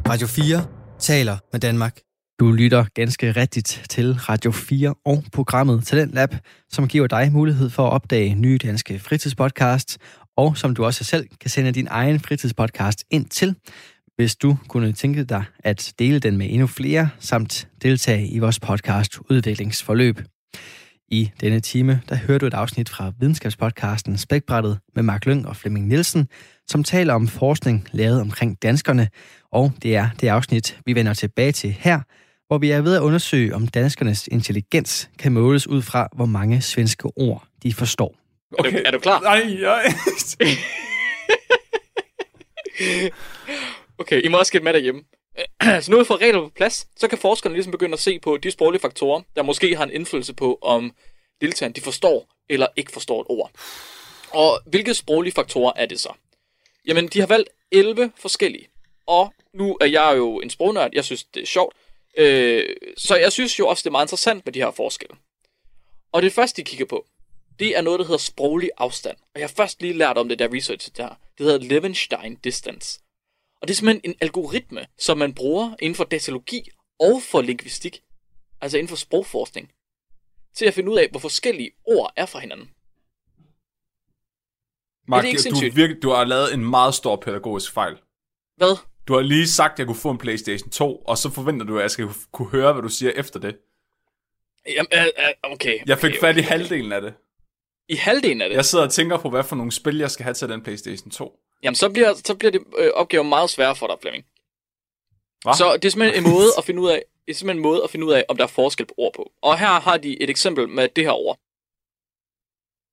Radio 4 taler med Danmark. Du lytter ganske rigtigt til Radio 4 og programmet Talent Lab, som giver dig mulighed for at opdage nye danske fritidspodcasts, og som du også selv kan sende din egen fritidspodcast ind til, hvis du kunne tænke dig at dele den med endnu flere, samt deltage i vores podcast udviklingsforløb. I denne time, der hører du et afsnit fra videnskabspodcasten Spækbrættet med Mark Lyng og Flemming Nielsen, som taler om forskning lavet omkring danskerne, og det er det afsnit, vi vender tilbage til her, hvor vi er ved at undersøge, om danskernes intelligens kan måles ud fra, hvor mange svenske ord de forstår.
Okay. Er, du, er du klar?
Nej, jeg...
Okay, I må også skille med derhjemme. så nu er vi fået regler på plads, så kan forskerne ligesom begynde at se på de sproglige faktorer, der måske har en indflydelse på, om deltagerne de forstår eller ikke forstår et ord. Og hvilke sproglige faktorer er det så? Jamen, de har valgt 11 forskellige. Og nu er jeg jo en sprognørd, jeg synes, det er sjovt. Øh, så jeg synes jo også, det er meget interessant med de her forskelle. Og det første, de kigger på, det er noget, der hedder sproglig afstand. Og jeg har først lige lært om det, der research der. Det hedder Levenstein Distance. Og det er simpelthen en algoritme, som man bruger inden for datalogi og for linguistik, altså inden for sprogforskning, til at finde ud af, hvor forskellige ord er fra hinanden.
Mark,
Det er ikke
du,
sindssygt.
virke, du har lavet en meget stor pædagogisk fejl.
Hvad?
Du har lige sagt, at jeg kunne få en Playstation 2, og så forventer du, at jeg skal kunne høre, hvad du siger efter det.
Jamen, øh, øh, okay.
Jeg fik
okay,
fat i
okay.
halvdelen af det.
I halvdelen af det?
Jeg sidder og tænker på, hvad for nogle spil, jeg skal have til den Playstation 2.
Jamen, så bliver, så bliver det øh, opgaven meget sværere for dig, Flemming.
Hva?
Så det er simpelthen en måde at finde ud af, det er simpelthen en måde at finde ud af, om der er forskel på ord på. Og her har de et eksempel med det her ord.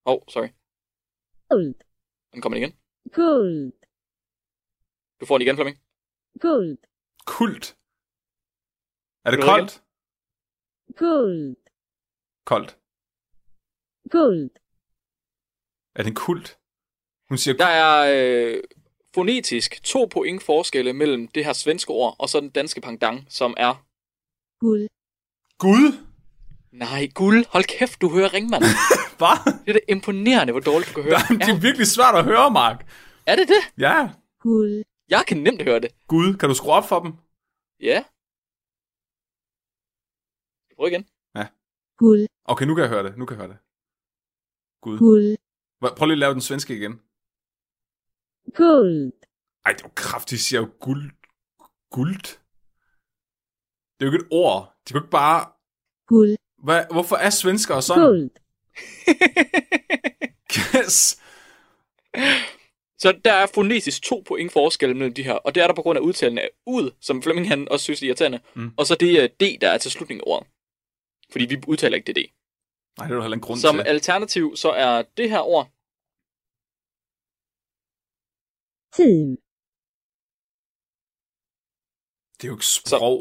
Åh, oh, sorry.
guld,
Den kommer igen.
guld,
Du får den igen, Flemming.
guld,
Kult. Er det
Ved du
koldt?
guld,
Koldt.
guld,
Er det en kult? Hun siger,
Der er øh, Fonetisk to point forskelle mellem det her svenske ord og så den danske pangdang, som er...
guld,
Gud?
Nej, guld. Hold kæft, du hører ringmand.
Hvad?
Det er da imponerende, hvor dårligt du kan høre.
Jamen, det
Ja,
er virkelig svært at høre, Mark.
er det det?
Ja.
guld,
Jeg kan nemt høre det.
Gud, kan du skrue op for dem?
Ja. Prøv igen.
guld,
Okay, nu kan jeg høre det. Nu kan jeg høre det. Gud.
guld,
Hva- Prøv lige at lave den svenske igen.
guld,
Ej, det er jo kraftigt, de siger jo guld. Guld? Det er jo ikke et ord. De kan jo ikke bare...
guld,
Hva? Hvorfor er svenskere sådan?
guld,
Yes.
Så der er fonetisk to point forskel mellem de her, og det er der på grund af udtalen af ud, som Flemming han også synes er irriterende,
Mm.
mm. og så det øh, D, der er til slutningen af ordet. Fordi vi udtaler ikke det D.
Nej, det er jo heller en grund
Som
til.
alternativ, så er det her ord
team,
Det er jo ikke sprog.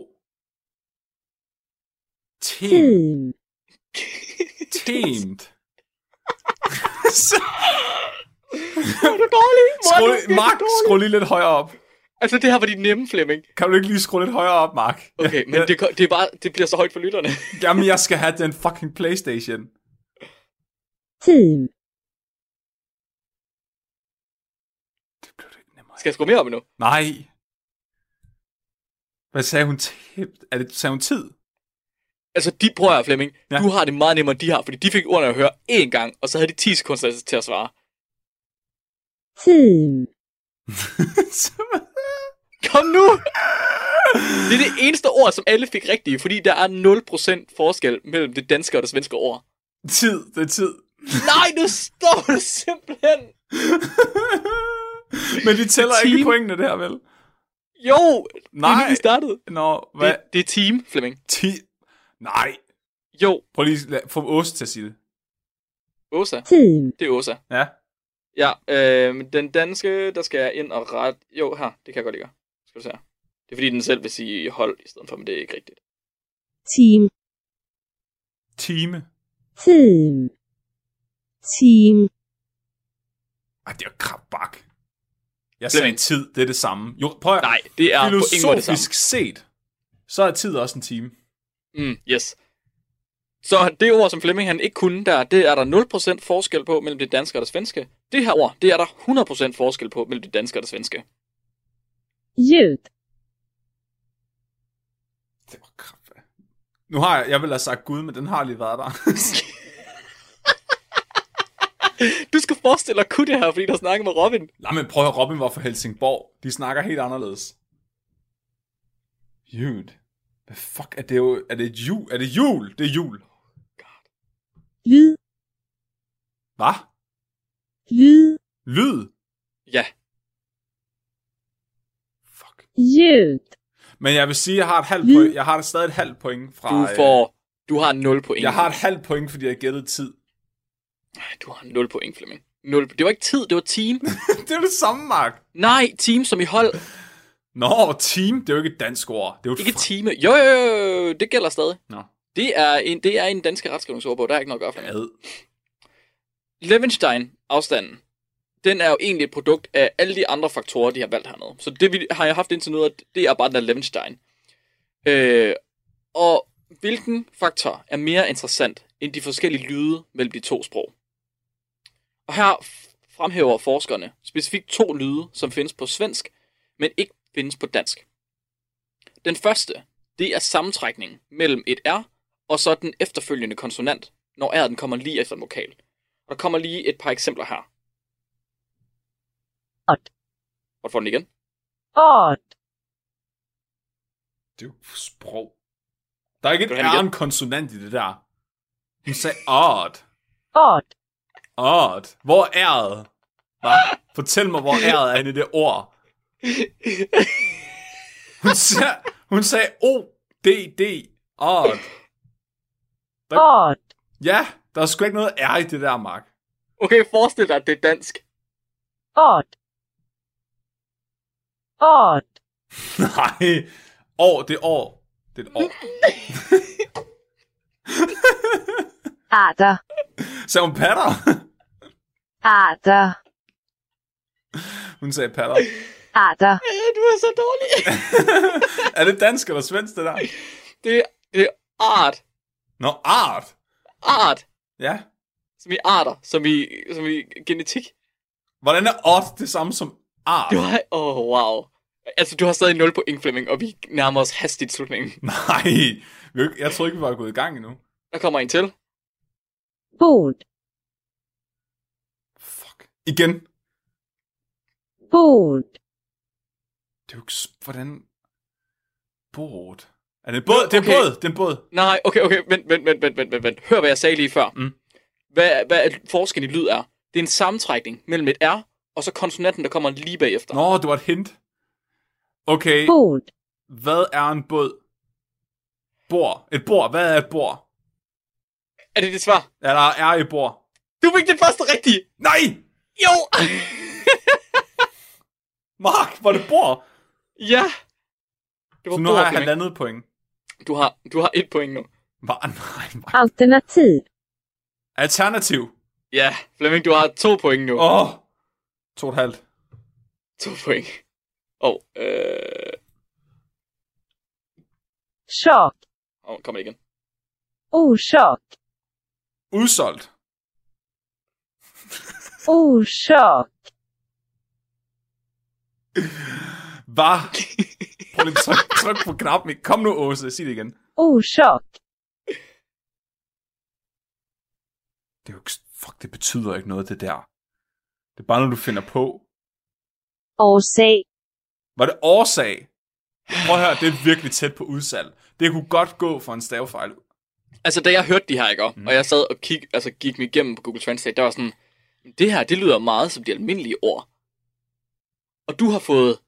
Team.
team,
Teamt.
Det var du dårlig. Morten, det var
skru,
du
Mark,
dårlig.
skru lige lidt højere op.
Altså, det her var de nemme, Flemming.
Kan du ikke lige skrue lidt højere op, Mark?
Okay, men det, det, er bare, det bliver så højt for lytterne.
Jamen, jeg skal have den fucking Playstation.
team,
Det blev det ikke nemmere.
Skal jeg skrue mere op endnu?
Nej. Hvad sagde hun? Tip? Er det, sagde hun tid?
Altså, de brødre, Flemming,
Ja.
ja. du har det meget nemmere, end de har, fordi de fik ordene at høre én gang, og så havde de 10 sekunder til at svare.
team,
Kom nu! Det er det eneste ord, som alle fik rigtigt, fordi der er 0% forskel mellem det danske og det svenske ord.
tid, det er tid.
Nej, nu står det simpelthen!
Men de tæller
Team.
ikke pointene der, vel?
Jo, Nej. det er
Nej.
lige vi startede.
Nå, hvad?
Det, det er team, Flemming.
Ti. Nej.
Jo,
Prøv lige at få Åse til at sige det.
Åsa.
team,
Det er Åsa.
Ja.
Ja, øh, den danske, der skal jeg ind og ret... Jo, her, det kan jeg godt lide. Skal du se her. Det er fordi, den selv vil sige hold i stedet for, men det er ikke rigtigt.
team,
Time.
team, team,
Ej, det er jo krabbak. Jeg sagde
Flemming.
tid, det er det samme. Jo, prøv at...
Nej, det er på ingen måde det samme.
Filosofisk set, så er tid også en time.
Mm, yes. Så det ord, som Flemming han ikke kunne der, det er der 0% forskel på mellem det danske og det svenske. Det her ord, det er der 100% forskel på mellem det danske og det svenske.
ljud,
Det var kraft. Nu har jeg, jeg ville have sagt Gud, men den har lige været der.
Du skal forestille dig kun det her, fordi der snakker med Robin.
Nej, men prøv at høre, Robin var fra Helsingborg. De snakker helt anderledes. Jul. Hvad fuck er det jo? Er det et jul? Er det jul? Det er jul.
lyd,
Hvad?
lyd,
Lyd?
Ja,
Fuck.
ljud,
Men jeg vil sige, jeg har et halvt
Lyd.
point. Jeg har stadig et halvt point fra...
du
øh,
får... Du har 0 point.
Jeg har et halvt point, fordi jeg gættede tid.
Ej, Du har 0 point, Flemming. 0... Det var ikke tid, det var team.
det er det samme, Mark.
Nej, team som i hold.
Nå, team, det er jo ikke et dansk ord. Det er jo et
Ikke
fr-
time. Jo, jo, jo, jo, det gælder stadig.
Nå.
Det er en, det er en dansk retskrivningsordbog, der er ikke noget at gøre for.
Ad.
Levenstein-afstanden, den er jo egentlig et produkt af alle de andre faktorer, de har valgt hernede. Så det vi har jeg haft indtil nu, at det er bare den der Levenstein. Øh, og hvilken faktor er mere interessant end de forskellige lyde mellem de to sprog? Og her f- fremhæver forskerne specifikt to lyde, som findes på svensk, men ikke findes på dansk. Den første, det er sammentrækningen mellem et R og så den efterfølgende konsonant, når R'en kommer lige efter en vokal. Og der kommer lige et par eksempler her.
art,
Hvor får den igen?
art,
Det er jo sprog. Der er ikke
Vil
et
du have den
æren konsonant i det der. Hun sagde art.
art,
Art. Hvor er æret? Hva? Fortæl mig, hvor æret er henne i det ord. Hun sagde, hun sagde o d d art.
art,
Ja, der er sgu ikke noget R i det der, Mark.
Okay, forestil dig, at det er dansk.
art, art,
Nej. År, det er år. Det er et år.
arter,
Sagde hun patter?
arter,
Hun sagde patter.
arter,
Øh, du er så dårlig.
er det dansk eller svensk, det der?
Det, det er art.
Nå, art.
Art.
Ja.
Som i arter. Som i, som i genetik.
Hvordan er art det samme som art?
Du har... Åh, oh, wow. Altså, du har stadig 0 på Fleming, og vi nærmer os hastigt slutningen.
Nej, vi er jo ikke- jeg tror ikke, vi var gået i gang endnu.
Der kommer en til.
bod,
Fuck. Igen.
bod,
Det er jo ikke... s- Hvordan... Båd. Er det en båd? Det er en
okay.
båd. Det er en båd.
Nej, okay, okay, vent, vent, vent, vent, vent, vent, vent. Hør, hvad jeg sagde lige før.
Mm.
Hvad, hvad er forskellen i lyd er. Det er en sammentrækning mellem et R, og så konsonanten, der kommer lige bagefter.
Nå, det var et hint. Okay,
bod,
hvad er en båd? Bor. Et bor. Hvad er et bor?
Er det dit svar?
Ja, der er et bor.
Du fik det første rigtige!
Nej!
Jo!
Mark, var det bor?
ja! Det var
Så nu har jeg
Borg-Flemming.
halvandet point.
du har, du har et point nu.
Var, nej, Mark.
Ah. alternativ,
Alternativ.
Ja, Flemming, du har to point nu.
Åh. Oh. To og et halvt.
To point. Og, øh...
chock,
Oh, kom igen.
orsak,
Udsolgt.
orsak,
Var. Prøv lige at tryk, tryk på knappen. Kom nu, Åse. Sig det igen.
orsak,
Det er jo ikke... Fuck, det betyder ikke noget, det der. Det er bare noget, du finder på.
årsag,
Var det årsag? Prøv at høre, det er virkelig tæt på udsalg. Det kunne godt gå for en stavefejl.
Altså, da jeg hørte de her, ikke? Mm.
Mm.
Og jeg sad og kig, altså, gik mig igennem på Google Translate, der var sådan, det her, det lyder meget som de almindelige ord. Og du har fået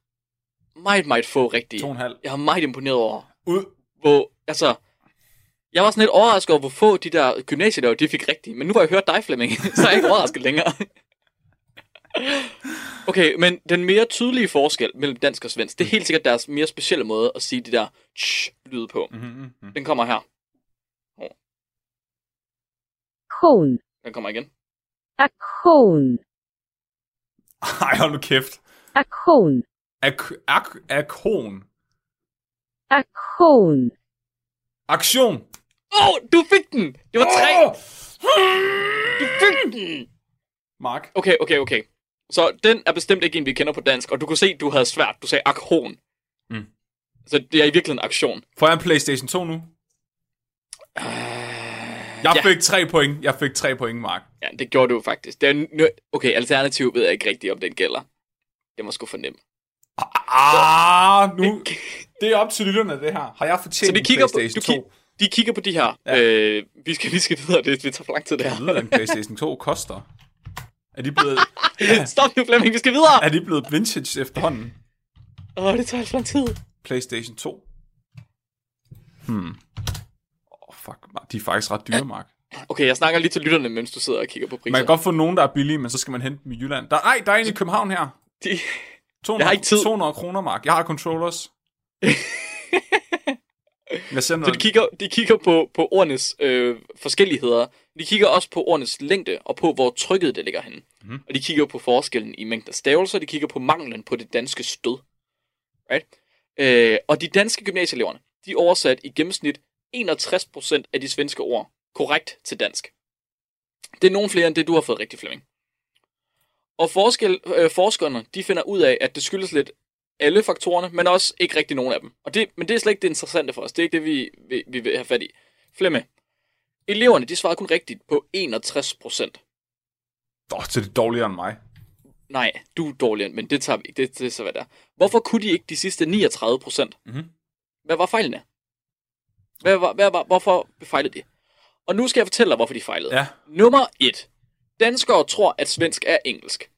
meget, meget få rigtige.
To og en halv.
Jeg er meget imponeret over,
Ud.
hvor, altså, jeg var sådan lidt overrasket over, hvor få de der gymnasieelever, de fik rigtigt. Men nu har jeg hørt dig, Flemming, så er jeg ikke overrasket længere. Okay, men den mere tydelige forskel mellem dansk og
Mm.
svensk, det er helt sikkert deres mere specielle måde at sige de der tsh-lyde på.
Mm-hmm. mm
Den kommer her.
kon,
Den kommer igen.
aktion,
Ej, hold nu kæft.
aktion,
Ak- ak- akon.
aktion,
Aktion.
Åh, oh, du fik den! Det var tre!
Åh!
Du fik den!
Mark.
Okay, okay, okay. Så den er bestemt ikke en, vi kender på dansk, og du kunne se, du havde svært. Du sagde aktion.
Mm.
Så det er i virkeligheden aktion.
Får jeg en Playstation 2 nu? Jeg
ja.
fik tre point. Jeg fik tre point, Mark.
Ja, det gjorde du faktisk. Det er nø- okay, alternativ ved jeg ikke rigtigt, om den gælder. Det må sgu fornemme.
Ah, nu. Det er op til lytterne, det her. Har jeg fortjent
Så de
en
kigger på, du
PlayStation 2?
ki- de kigger på de her. Ja.
Ja.
Øh, vi, skal, vi skal videre, det, det tager for lang tid det
Jeg ved,
her.
hvad en PlayStation 2 koster. Er de blevet,
Stop nu, Flemming, vi skal videre!
er de blevet vintage efterhånden?
Åh, oh, det tager altså lang tid.
PlayStation 2? Hmm. Oh, fuck, Mark. de er faktisk ret dyre, Mark.
Okay, jeg snakker lige til lytterne, mens du sidder og kigger på priser.
Man kan godt få nogen, der er billige, men så skal man hente dem i Jylland. Der, ej, der er en i København her.
de...
200,
Jeg har ikke tid.
200 kroner, Mark. Jeg har controllers. Jeg sender
Så de kigger, de kigger på, på ordenes øh, forskelligheder. De kigger også på ordenes længde og på, hvor trykket det ligger henne. Mm.
Mhm.
Og de kigger på forskellen i mængden af stavelser, de kigger på manglen på det danske stød. Right? Øh, og de danske gymnasieeleverne, de oversat i gennemsnit 61% af de svenske ord korrekt til dansk. Det er nogen flere end det, du har fået rigtig, Flemming. Og forskel, øh, forskerne, de finder ud af, at det skyldes lidt alle faktorerne, men også ikke rigtig nogen af dem. Og det, men det er slet ikke det interessante for os. Det er ikke det, vi, vi, vi vil have fat i. Flemme. Eleverne, de svarede kun rigtigt på 61 procent.
oh, så er det dårligere end mig.
Nej, du er dårligere, men det tager vi ikke. Det, det er så, hvad det er. Hvorfor kunne de ikke de sidste 39 procent?
Mhm.
Hvad var fejlene? Hvad var, hvad var, hvorfor fejlede de? Og nu skal jeg fortælle dig, hvorfor de fejlede.
Ja.
Nummer 1. Danskere tror, at svensk er engelsk.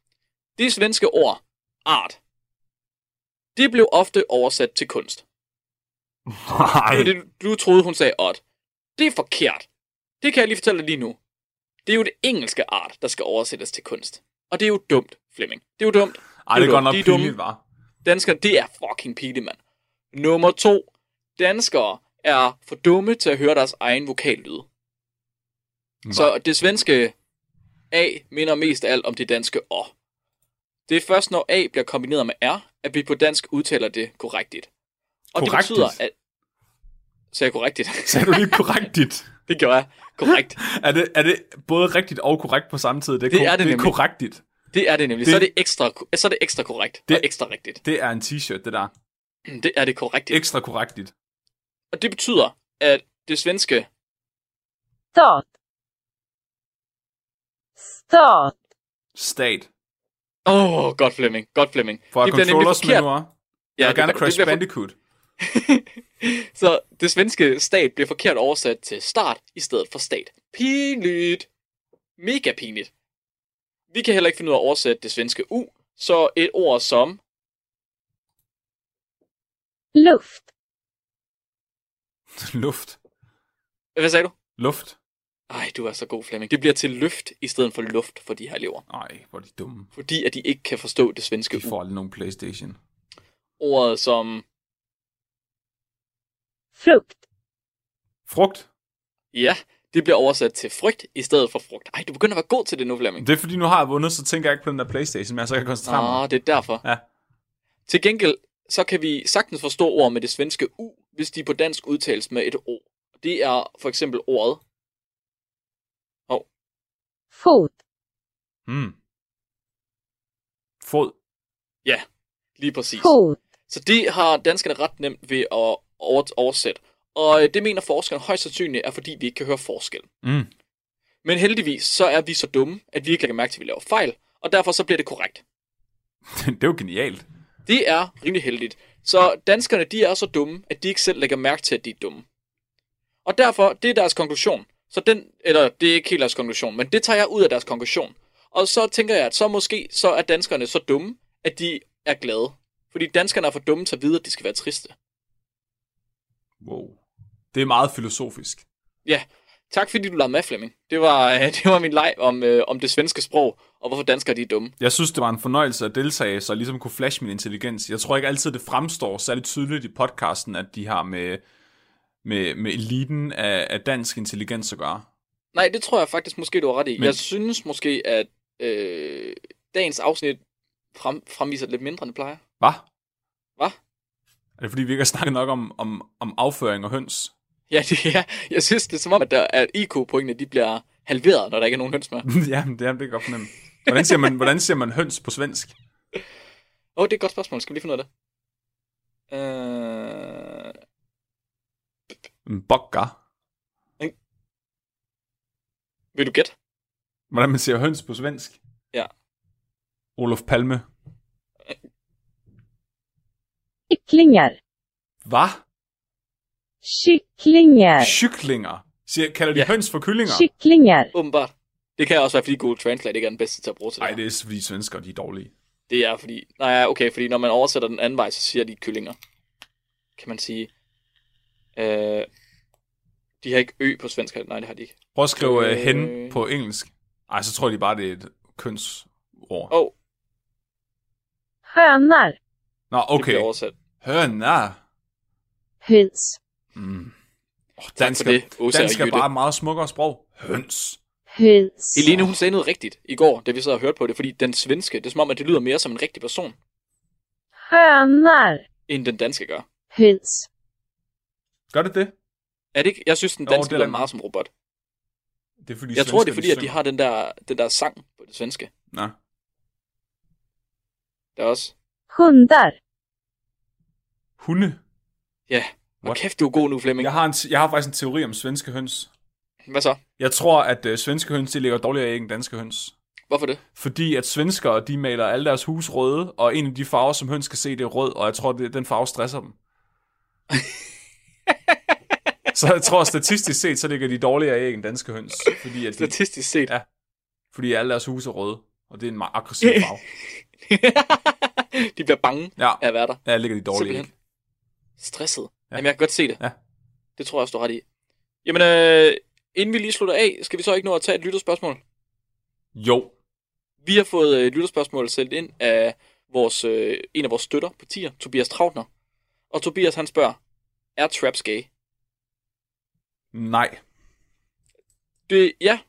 Det svenske ord, art, det blev ofte oversat til kunst.
Nej.
Det, var det, du troede, hun sagde odd. Det er forkert. Det kan jeg lige fortælle dig lige nu. Det er jo det engelske art, der skal oversættes til kunst. Og det er jo dumt, Flemming. Det er jo dumt.
Ej, det er
dumt.
godt nok
De dumme.
pinligt, var.
Danskere, det er fucking pinligt, mand. Nummer to. Danskere er for dumme til at høre deres egen vokallyd. Så det svenske A minder mest af alt om det danske Å. Det er først, når A bliver kombineret med R, at vi på dansk udtaler det korrektigt. Og
Korrektigt?
det betyder, at... Sagde jeg korrektigt?
Sagde du lige korrektigt?
det gjorde jeg. Korrekt.
Er det, er det både rigtigt og korrekt på samme tid? Det er,
Det
ko-
er det
det er
nemlig.
korrektigt.
Det er det nemlig.
Det-
Det... Så, er det ekstra, så er det ekstra korrekt det...
Det-
og ekstra rigtigt.
Det er en t-shirt, det der.
Det er det korrekte.
Ekstra korrektigt.
Og det betyder, at det svenske...
Stat. Stat.
Stat.
Åh, oh, godt Flemming. Godt Flemming.
For
det bliver nemlig
controllers
forkert.
menuer.
Ja,
Jeg
det,
vil gerne
det
Crash
bliver for-
Bandicoot.
Så det svenske stat bliver forkert oversat til start i stedet for stat. Pinligt. Mega pinligt. Vi kan heller ikke finde ud af at oversætte det svenske u, så et ord som
Luft.
Luft.
Hvad sagde du?
Luft.
Ej, du er så god, Flemming. Det bliver til løft i stedet for luft for de her elever.
Ej, hvor er de dumme.
Fordi at de ikke kan forstå det svenske
De
u.
får aldrig nogen Playstation.
Ordet som...
Frukt.
Frugt.
Ja, det bliver oversat til frygt i stedet for frugt. Ej, du begynder at være god til det nu, Flemming.
Det er fordi, nu har jeg vundet, så tænker jeg ikke på den der Playstation, men jeg så kan koncentrere mig.
Ah, det er derfor.
Ja.
Til gengæld, så kan vi sagtens forstå ord med det svenske u, hvis de på dansk udtales med et o. Det er for eksempel ordet
Fot.
Mm. Fod.
lige præcis.
Fot.
Så det har danskerne ret nemt ved at over- oversætte. Og øh, det mener forskerne højst sandsynligt er, fordi vi ikke kan høre forskel.
Mm.
Men heldigvis, så er vi så dumme, at vi ikke kan mærke til, at vi laver fejl, og derfor så bliver det korrekt.
det er jo genialt.
Det er rimelig heldigt. Så danskerne, de er så dumme, at de ikke selv lægger mærke til, at de er dumme. Og derfor, det er deres konklusion. Så den, eller det er ikke helt deres konklusion, men det tager jeg ud af deres konklusion. Og så tænker jeg, at så måske, så er danskerne så dumme, at de er glade. Fordi danskerne er for dumme til at vide, at de skal være triste.
Wow. Det er meget filosofisk.
Ja, tak fordi du lavede med, Flemming. Det var, øh, det var min leg om, øh, om det svenske sprog, og hvorfor danskere de er dumme.
Jeg synes, det var en fornøjelse at deltage, så jeg ligesom kunne flash min intelligens. Jeg tror ikke altid, det fremstår særligt tydeligt i podcasten, at de har med, med, med eliten af, af dansk intelligens at gøre.
Nej, det tror jeg faktisk måske, du har ret i.
Men-
Men... Jeg synes måske, at øh, dagens afsnit frem, fremviser lidt mindre, end det plejer.
Hvad?
Hva?
Er det fordi, vi ikke har snakket nok om, om, om afføring og høns?
Ja, det er, jeg synes, det er som om, at, der, at IQ-pointene de bliver halveret, når der ikke er nogen høns med. Åh,
ja, det er det kan jeg godt fornemme. Hvordan siger, man, hvordan siger man høns på svensk?
oh, det er et godt spørgsmål. Skal vi lige finde ud af det? Øh,
En bokker.
vil du gætte?
Hvordan man siger høns på svensk?
Ja.
Olof Palme.
Kycklingar.
Hvad?
Kycklingar.
Kyklinger. Siger, kalder de
Ja.
høns for kyllinger?
Kycklingar.
Åbenbart. Det kan også være, fordi Google Translate ikke er den bedste til at bruge til det.
Nej,
her.
det er fordi svensker, de er dårlige.
Det er fordi... Nej, okay, fordi når man oversætter den anden vej, så siger de kyllinger. Kan man sige... Øh, de har ikke ø på svensk. Nej, det har de ikke.
Prøv at skrive øh,
Øh.
hen på engelsk. Ej, så tror de bare, det er et kønsord.
Åh, oh,
Hönar.
Nå,
det bliver
okay.
oversat.
Høna.
Høns.
Mm. Oh,
for det, Åsa og
dansker
Jytte.
bare meget smukkere sprog. Høns.
Høns.
Eline, hun sagde noget rigtigt i går, da vi så og hørte på det, fordi den svenske, det er som om, at det lyder mere som en rigtig person,
Hönar.
end den danske gør.
Høns.
Gør det det?
Er det ikke? Jeg synes, den
Jo,
danske
det er
lyder
da-
meget som robot.
Det er fordi
Jeg tror, det er
svenskerne,
fordi, at de
synger.
har den der, den der sang på det svenske.
Nå.
Der er også...
Hundar.
Hunde.
Ja, og
What?
kæft, du er god nu, Flemming.
Jeg har, en, te- jeg har faktisk en teori om svenske høns.
Hvad så?
Jeg tror, at øh, svenske høns, de ligger dårligere æg end danske høns.
Hvorfor det?
Fordi at svenskere, de maler alle deres hus røde, og en af de farver, som høns kan se, det er rød, og jeg tror, det, den farve stresser dem. så jeg tror, statistisk set, så ligger de dårligere æg end danske høns. Fordi, at de,
Statistisk set.
Ja. fordi alle deres huse er røde, og det er en meget aggressiv farve.
de bliver bange
Ja,
af at være der.
ja ligger de dårligere æg.
Simpelthen. Stresset.
Ja.
Ja. Jamen, jeg kan godt se det.
Ja.
Det tror jeg også, du har ret i. Jamen, øh, inden vi lige slutter af, skal vi så ikke nå at tage et lytterspørgsmål?
Jo,
Vi har fået øh, et lytterspørgsmål sendt ind af vores, øh, en af vores støtter på tier, Tobias Trautner. Og Tobias, han spørger, er traps gay?
nej.
Det, ja,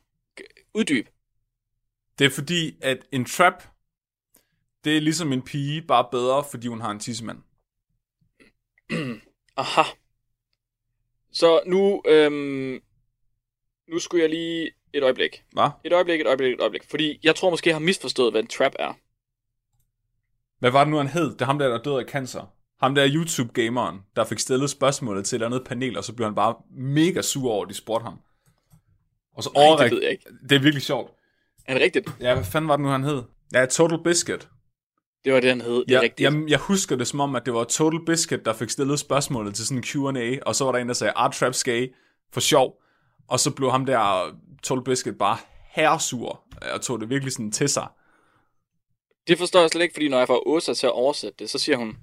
G- uddyb.
Det er fordi, at en trap, Det er ligesom en pige, bare bedre, fordi hun har en tissemand.
Aha. Så nu, øhm, nu skulle jeg lige et øjeblik.
Hva?
Et øjeblik, et øjeblik, et øjeblik. Fordi jeg tror måske, jeg har misforstået, hvad en trap er.
Hvad var det nu, han hed? Det er ham der, der døde af cancer. Ham der YouTube-gameren, der fik stillet spørgsmålet til et eller andet panel, og så blev han bare mega sur over, at de spurgte ham. Og så
Nej,
overræk...
det ved jeg ikke.
Det er virkelig sjovt.
Er det rigtigt?
Ja, hvad fanden var det nu, han hed? Ja, Total Biscuit.
Det var det, han hed. Det er
Ja,
rigtigt.
jeg, jeg husker det som om, at det var Total Biscuit, der fik stillet spørgsmålet til sådan en Q&A, og så var der en, der sagde, Art Traps gay, for sjov. Og så blev ham der Total Biscuit bare herresur, og tog det virkelig sådan til sig.
Det forstår jeg slet ikke, fordi når jeg får Åsa til at oversætte det, så siger hun,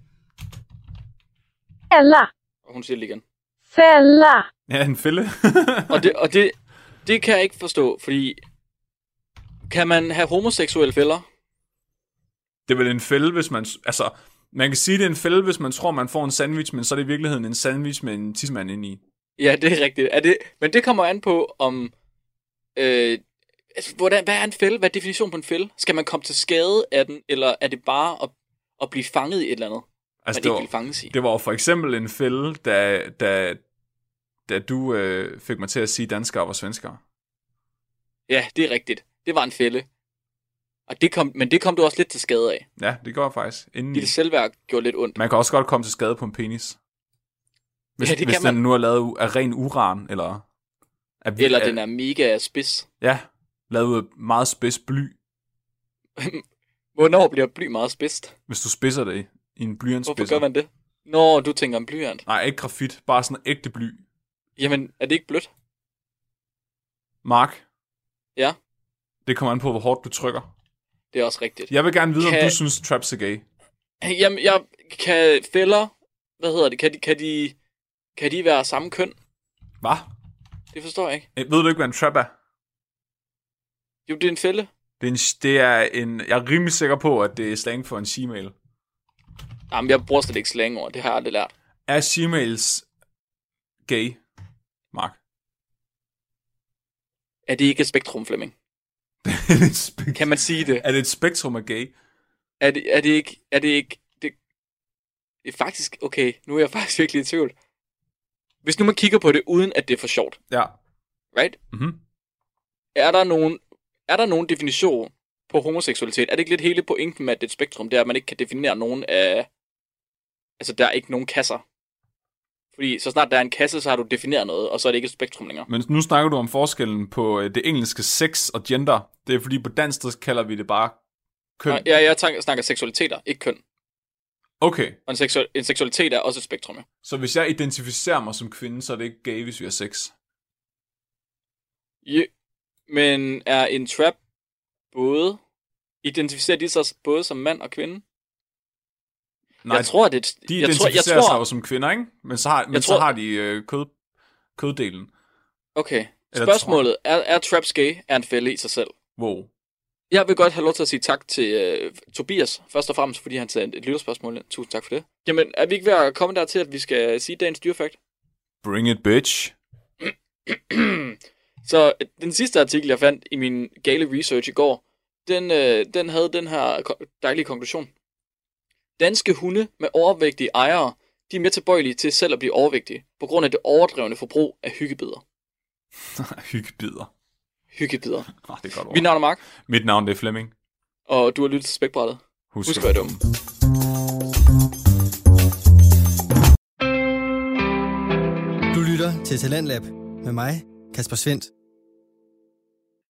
Fälla.
og hun siger det igen.
Fälla.
Ja, en fælde.
Og det, og det, det kan jeg ikke forstå, fordi kan man have homoseksuelle fælder?
det er vel en fælde, hvis man... Altså, man kan sige, det er en fælde, hvis man tror, man får en sandwich, men så er det i virkeligheden en sandwich med en tidsmand ind i.
Ja, det er rigtigt. Er det, men det kommer an på, om... Øh, altså, hvordan, hvad er en fælde? Hvad er definitionen på en fælde? Skal man komme til skade af den, eller er det bare at, at blive fanget i et eller andet,
Altså,
man ikke vil fanges i?
Det var jo for eksempel en fælde, da, da, da du øh, fik mig til at sige danskere var svenskere.
Ja, det er rigtigt. Det var en fælde. Og det kom, men det kom du også lidt til skade af.
Ja, det gør jeg faktisk. Inden
Dit selvværd gjorde lidt ondt.
Man kan også godt komme til skade på en penis. Hvis,
Ja, det
hvis
kan man.
den nu er lavet u- af ren uran, eller... Af,
Eller den er mega spids.
Ja, lavet ud af meget spids bly,
Hvornår bliver bly meget spidst?
hvis du spidser det i- i en blyantspidser.
Hvorfor gør man det? Når du tænker om blyant.
Nej, ikke grafit, bare sådan ægte bly.
Jamen, er det ikke blødt?
Mark?
Ja?
Det kommer an på, hvor hårdt du trykker.
Det er også rigtigt.
Jeg vil gerne vide, kan... om
Kan-
du synes, traps er gay.
Jamen, jeg kan fælder... Hvad hedder det? Kan de, kan de, kan de være samme køn?
Hvad?
Det forstår jeg ikke.
Eh, Ved du ikke, hvad en trap er?
Jo, det er en fælde.
Det er, en, det er en... Jeg er rimelig sikker på, at det er slang for en shemale.
Jamen, jeg bruger slet ikke slang over. Det har jeg aldrig lært.
Er shemales gay, Mark?
Er det ikke et spektrum, Flemming? Kan man sige det?
Er det et spektrum af gay?
Er det, er det ikke... Er det ikke... Det, det er faktisk... Okay, nu er jeg faktisk virkelig i tvivl. Hvis nu man kigger på det, uden at det er for sjovt,
Ja.
right?
Mm-hmm.
Er der nogen, er der nogen definition på homoseksualitet? Er det ikke lidt hele pointen med, at det er et spektrum, det er, at man ikke kan definere nogen af... Altså, der er ikke nogen kasser. Fordi så snart der er en kasse, så har du defineret noget, og så er det ikke et spektrum længere.
Men nu snakker du om forskellen på øh, det engelske sex og gender. Det er fordi, på dansk, der kalder vi det bare køn.
Køn. Ja, jeg tanker, snakker seksualiteter, ikke køn.
Okay,
Og en, seksual, en seksualitet er også et spektrum, ja.
så hvis jeg identificerer mig som kvinde, så er det ikke gay, hvis vi har sex.
Je, men er en trap både... Identificerer de sig både som mand og kvinde?
Nej,
jeg tror, det er et,
de
jeg tror,
identificerer
jeg tror,
sig jo som kvinder, ikke? Men så har, men
Jeg
så
tror-
har de øh, kød, køddelen.
Okay.
Eller
Spørgsmålet, er, er traps gay er en fælde i sig selv?
Wow.
Jeg vil godt have lov til at sige tak til øh, Tobias, først og fremmest, fordi han sendte et lytterspørgsmål. ind. Tusind tak for det. Jamen, er vi ikke ved at komme dertil, at vi skal sige dagens dyrefakt?
Bring it, bitch.
Så øh, den sidste artikel, jeg fandt i min gale research i går, den, øh, den havde den her ko- dejlige konklusion. Danske hunde med overvægtige ejere, de er mere tilbøjelige til selv at blive overvægtige, på grund af det overdrevne forbrug af hyggebider.
Hyggebider.
Hyggebider.
Ah, det er godt ord.
Mit navn er Mark,
Mit navn det er Flemming.
og du har lyttet til Spækbrættet.
Husk,
Husk at
at-
være dum.
Du lytter til Talentlab med mig, Kasper Svendt.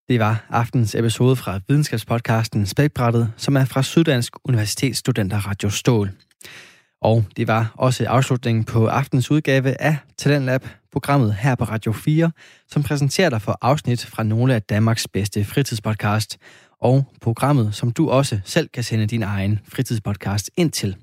Det var aftens episode fra videnskabspodcasten Spækbrættet, som er fra Syddansk Universitets Studenter Radio Stål. Og det var også afslutningen på aftens udgave af Talentlab, programmet her på Radio 4, som præsenterer dig for afsnit fra nogle af Danmarks bedste fritidspodcast, og programmet, som du også selv kan sende din egen fritidspodcast ind til.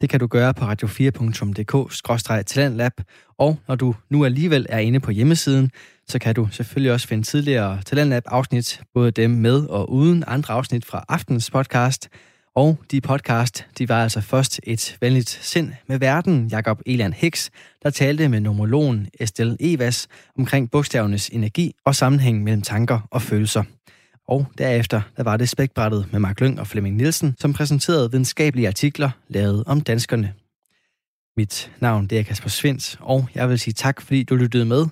Det kan du gøre på radio4.dk-talentlab, og når du nu alligevel er inde på hjemmesiden, så kan du selvfølgelig også finde tidligere Talentlab-afsnit, både dem med og uden andre afsnit fra aftens podcast. Og de podcast, de var altså først et venligt sind med verden, Jakob Elan Hicks, der talte med nomologen Estelle Evas omkring bogstavernes energi og sammenhæng mellem tanker og følelser. Og derefter der var det spækbrættet med Mark Lyng og Flemming Nielsen, som præsenterede videnskabelige artikler lavet om danskerne. Mit navn det er Kasper Svens, og jeg vil sige tak, fordi du lyttede med.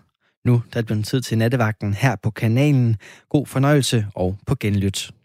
Nu der er det blevet tid til nattevagten her på kanalen. God fornøjelse og på genlyt.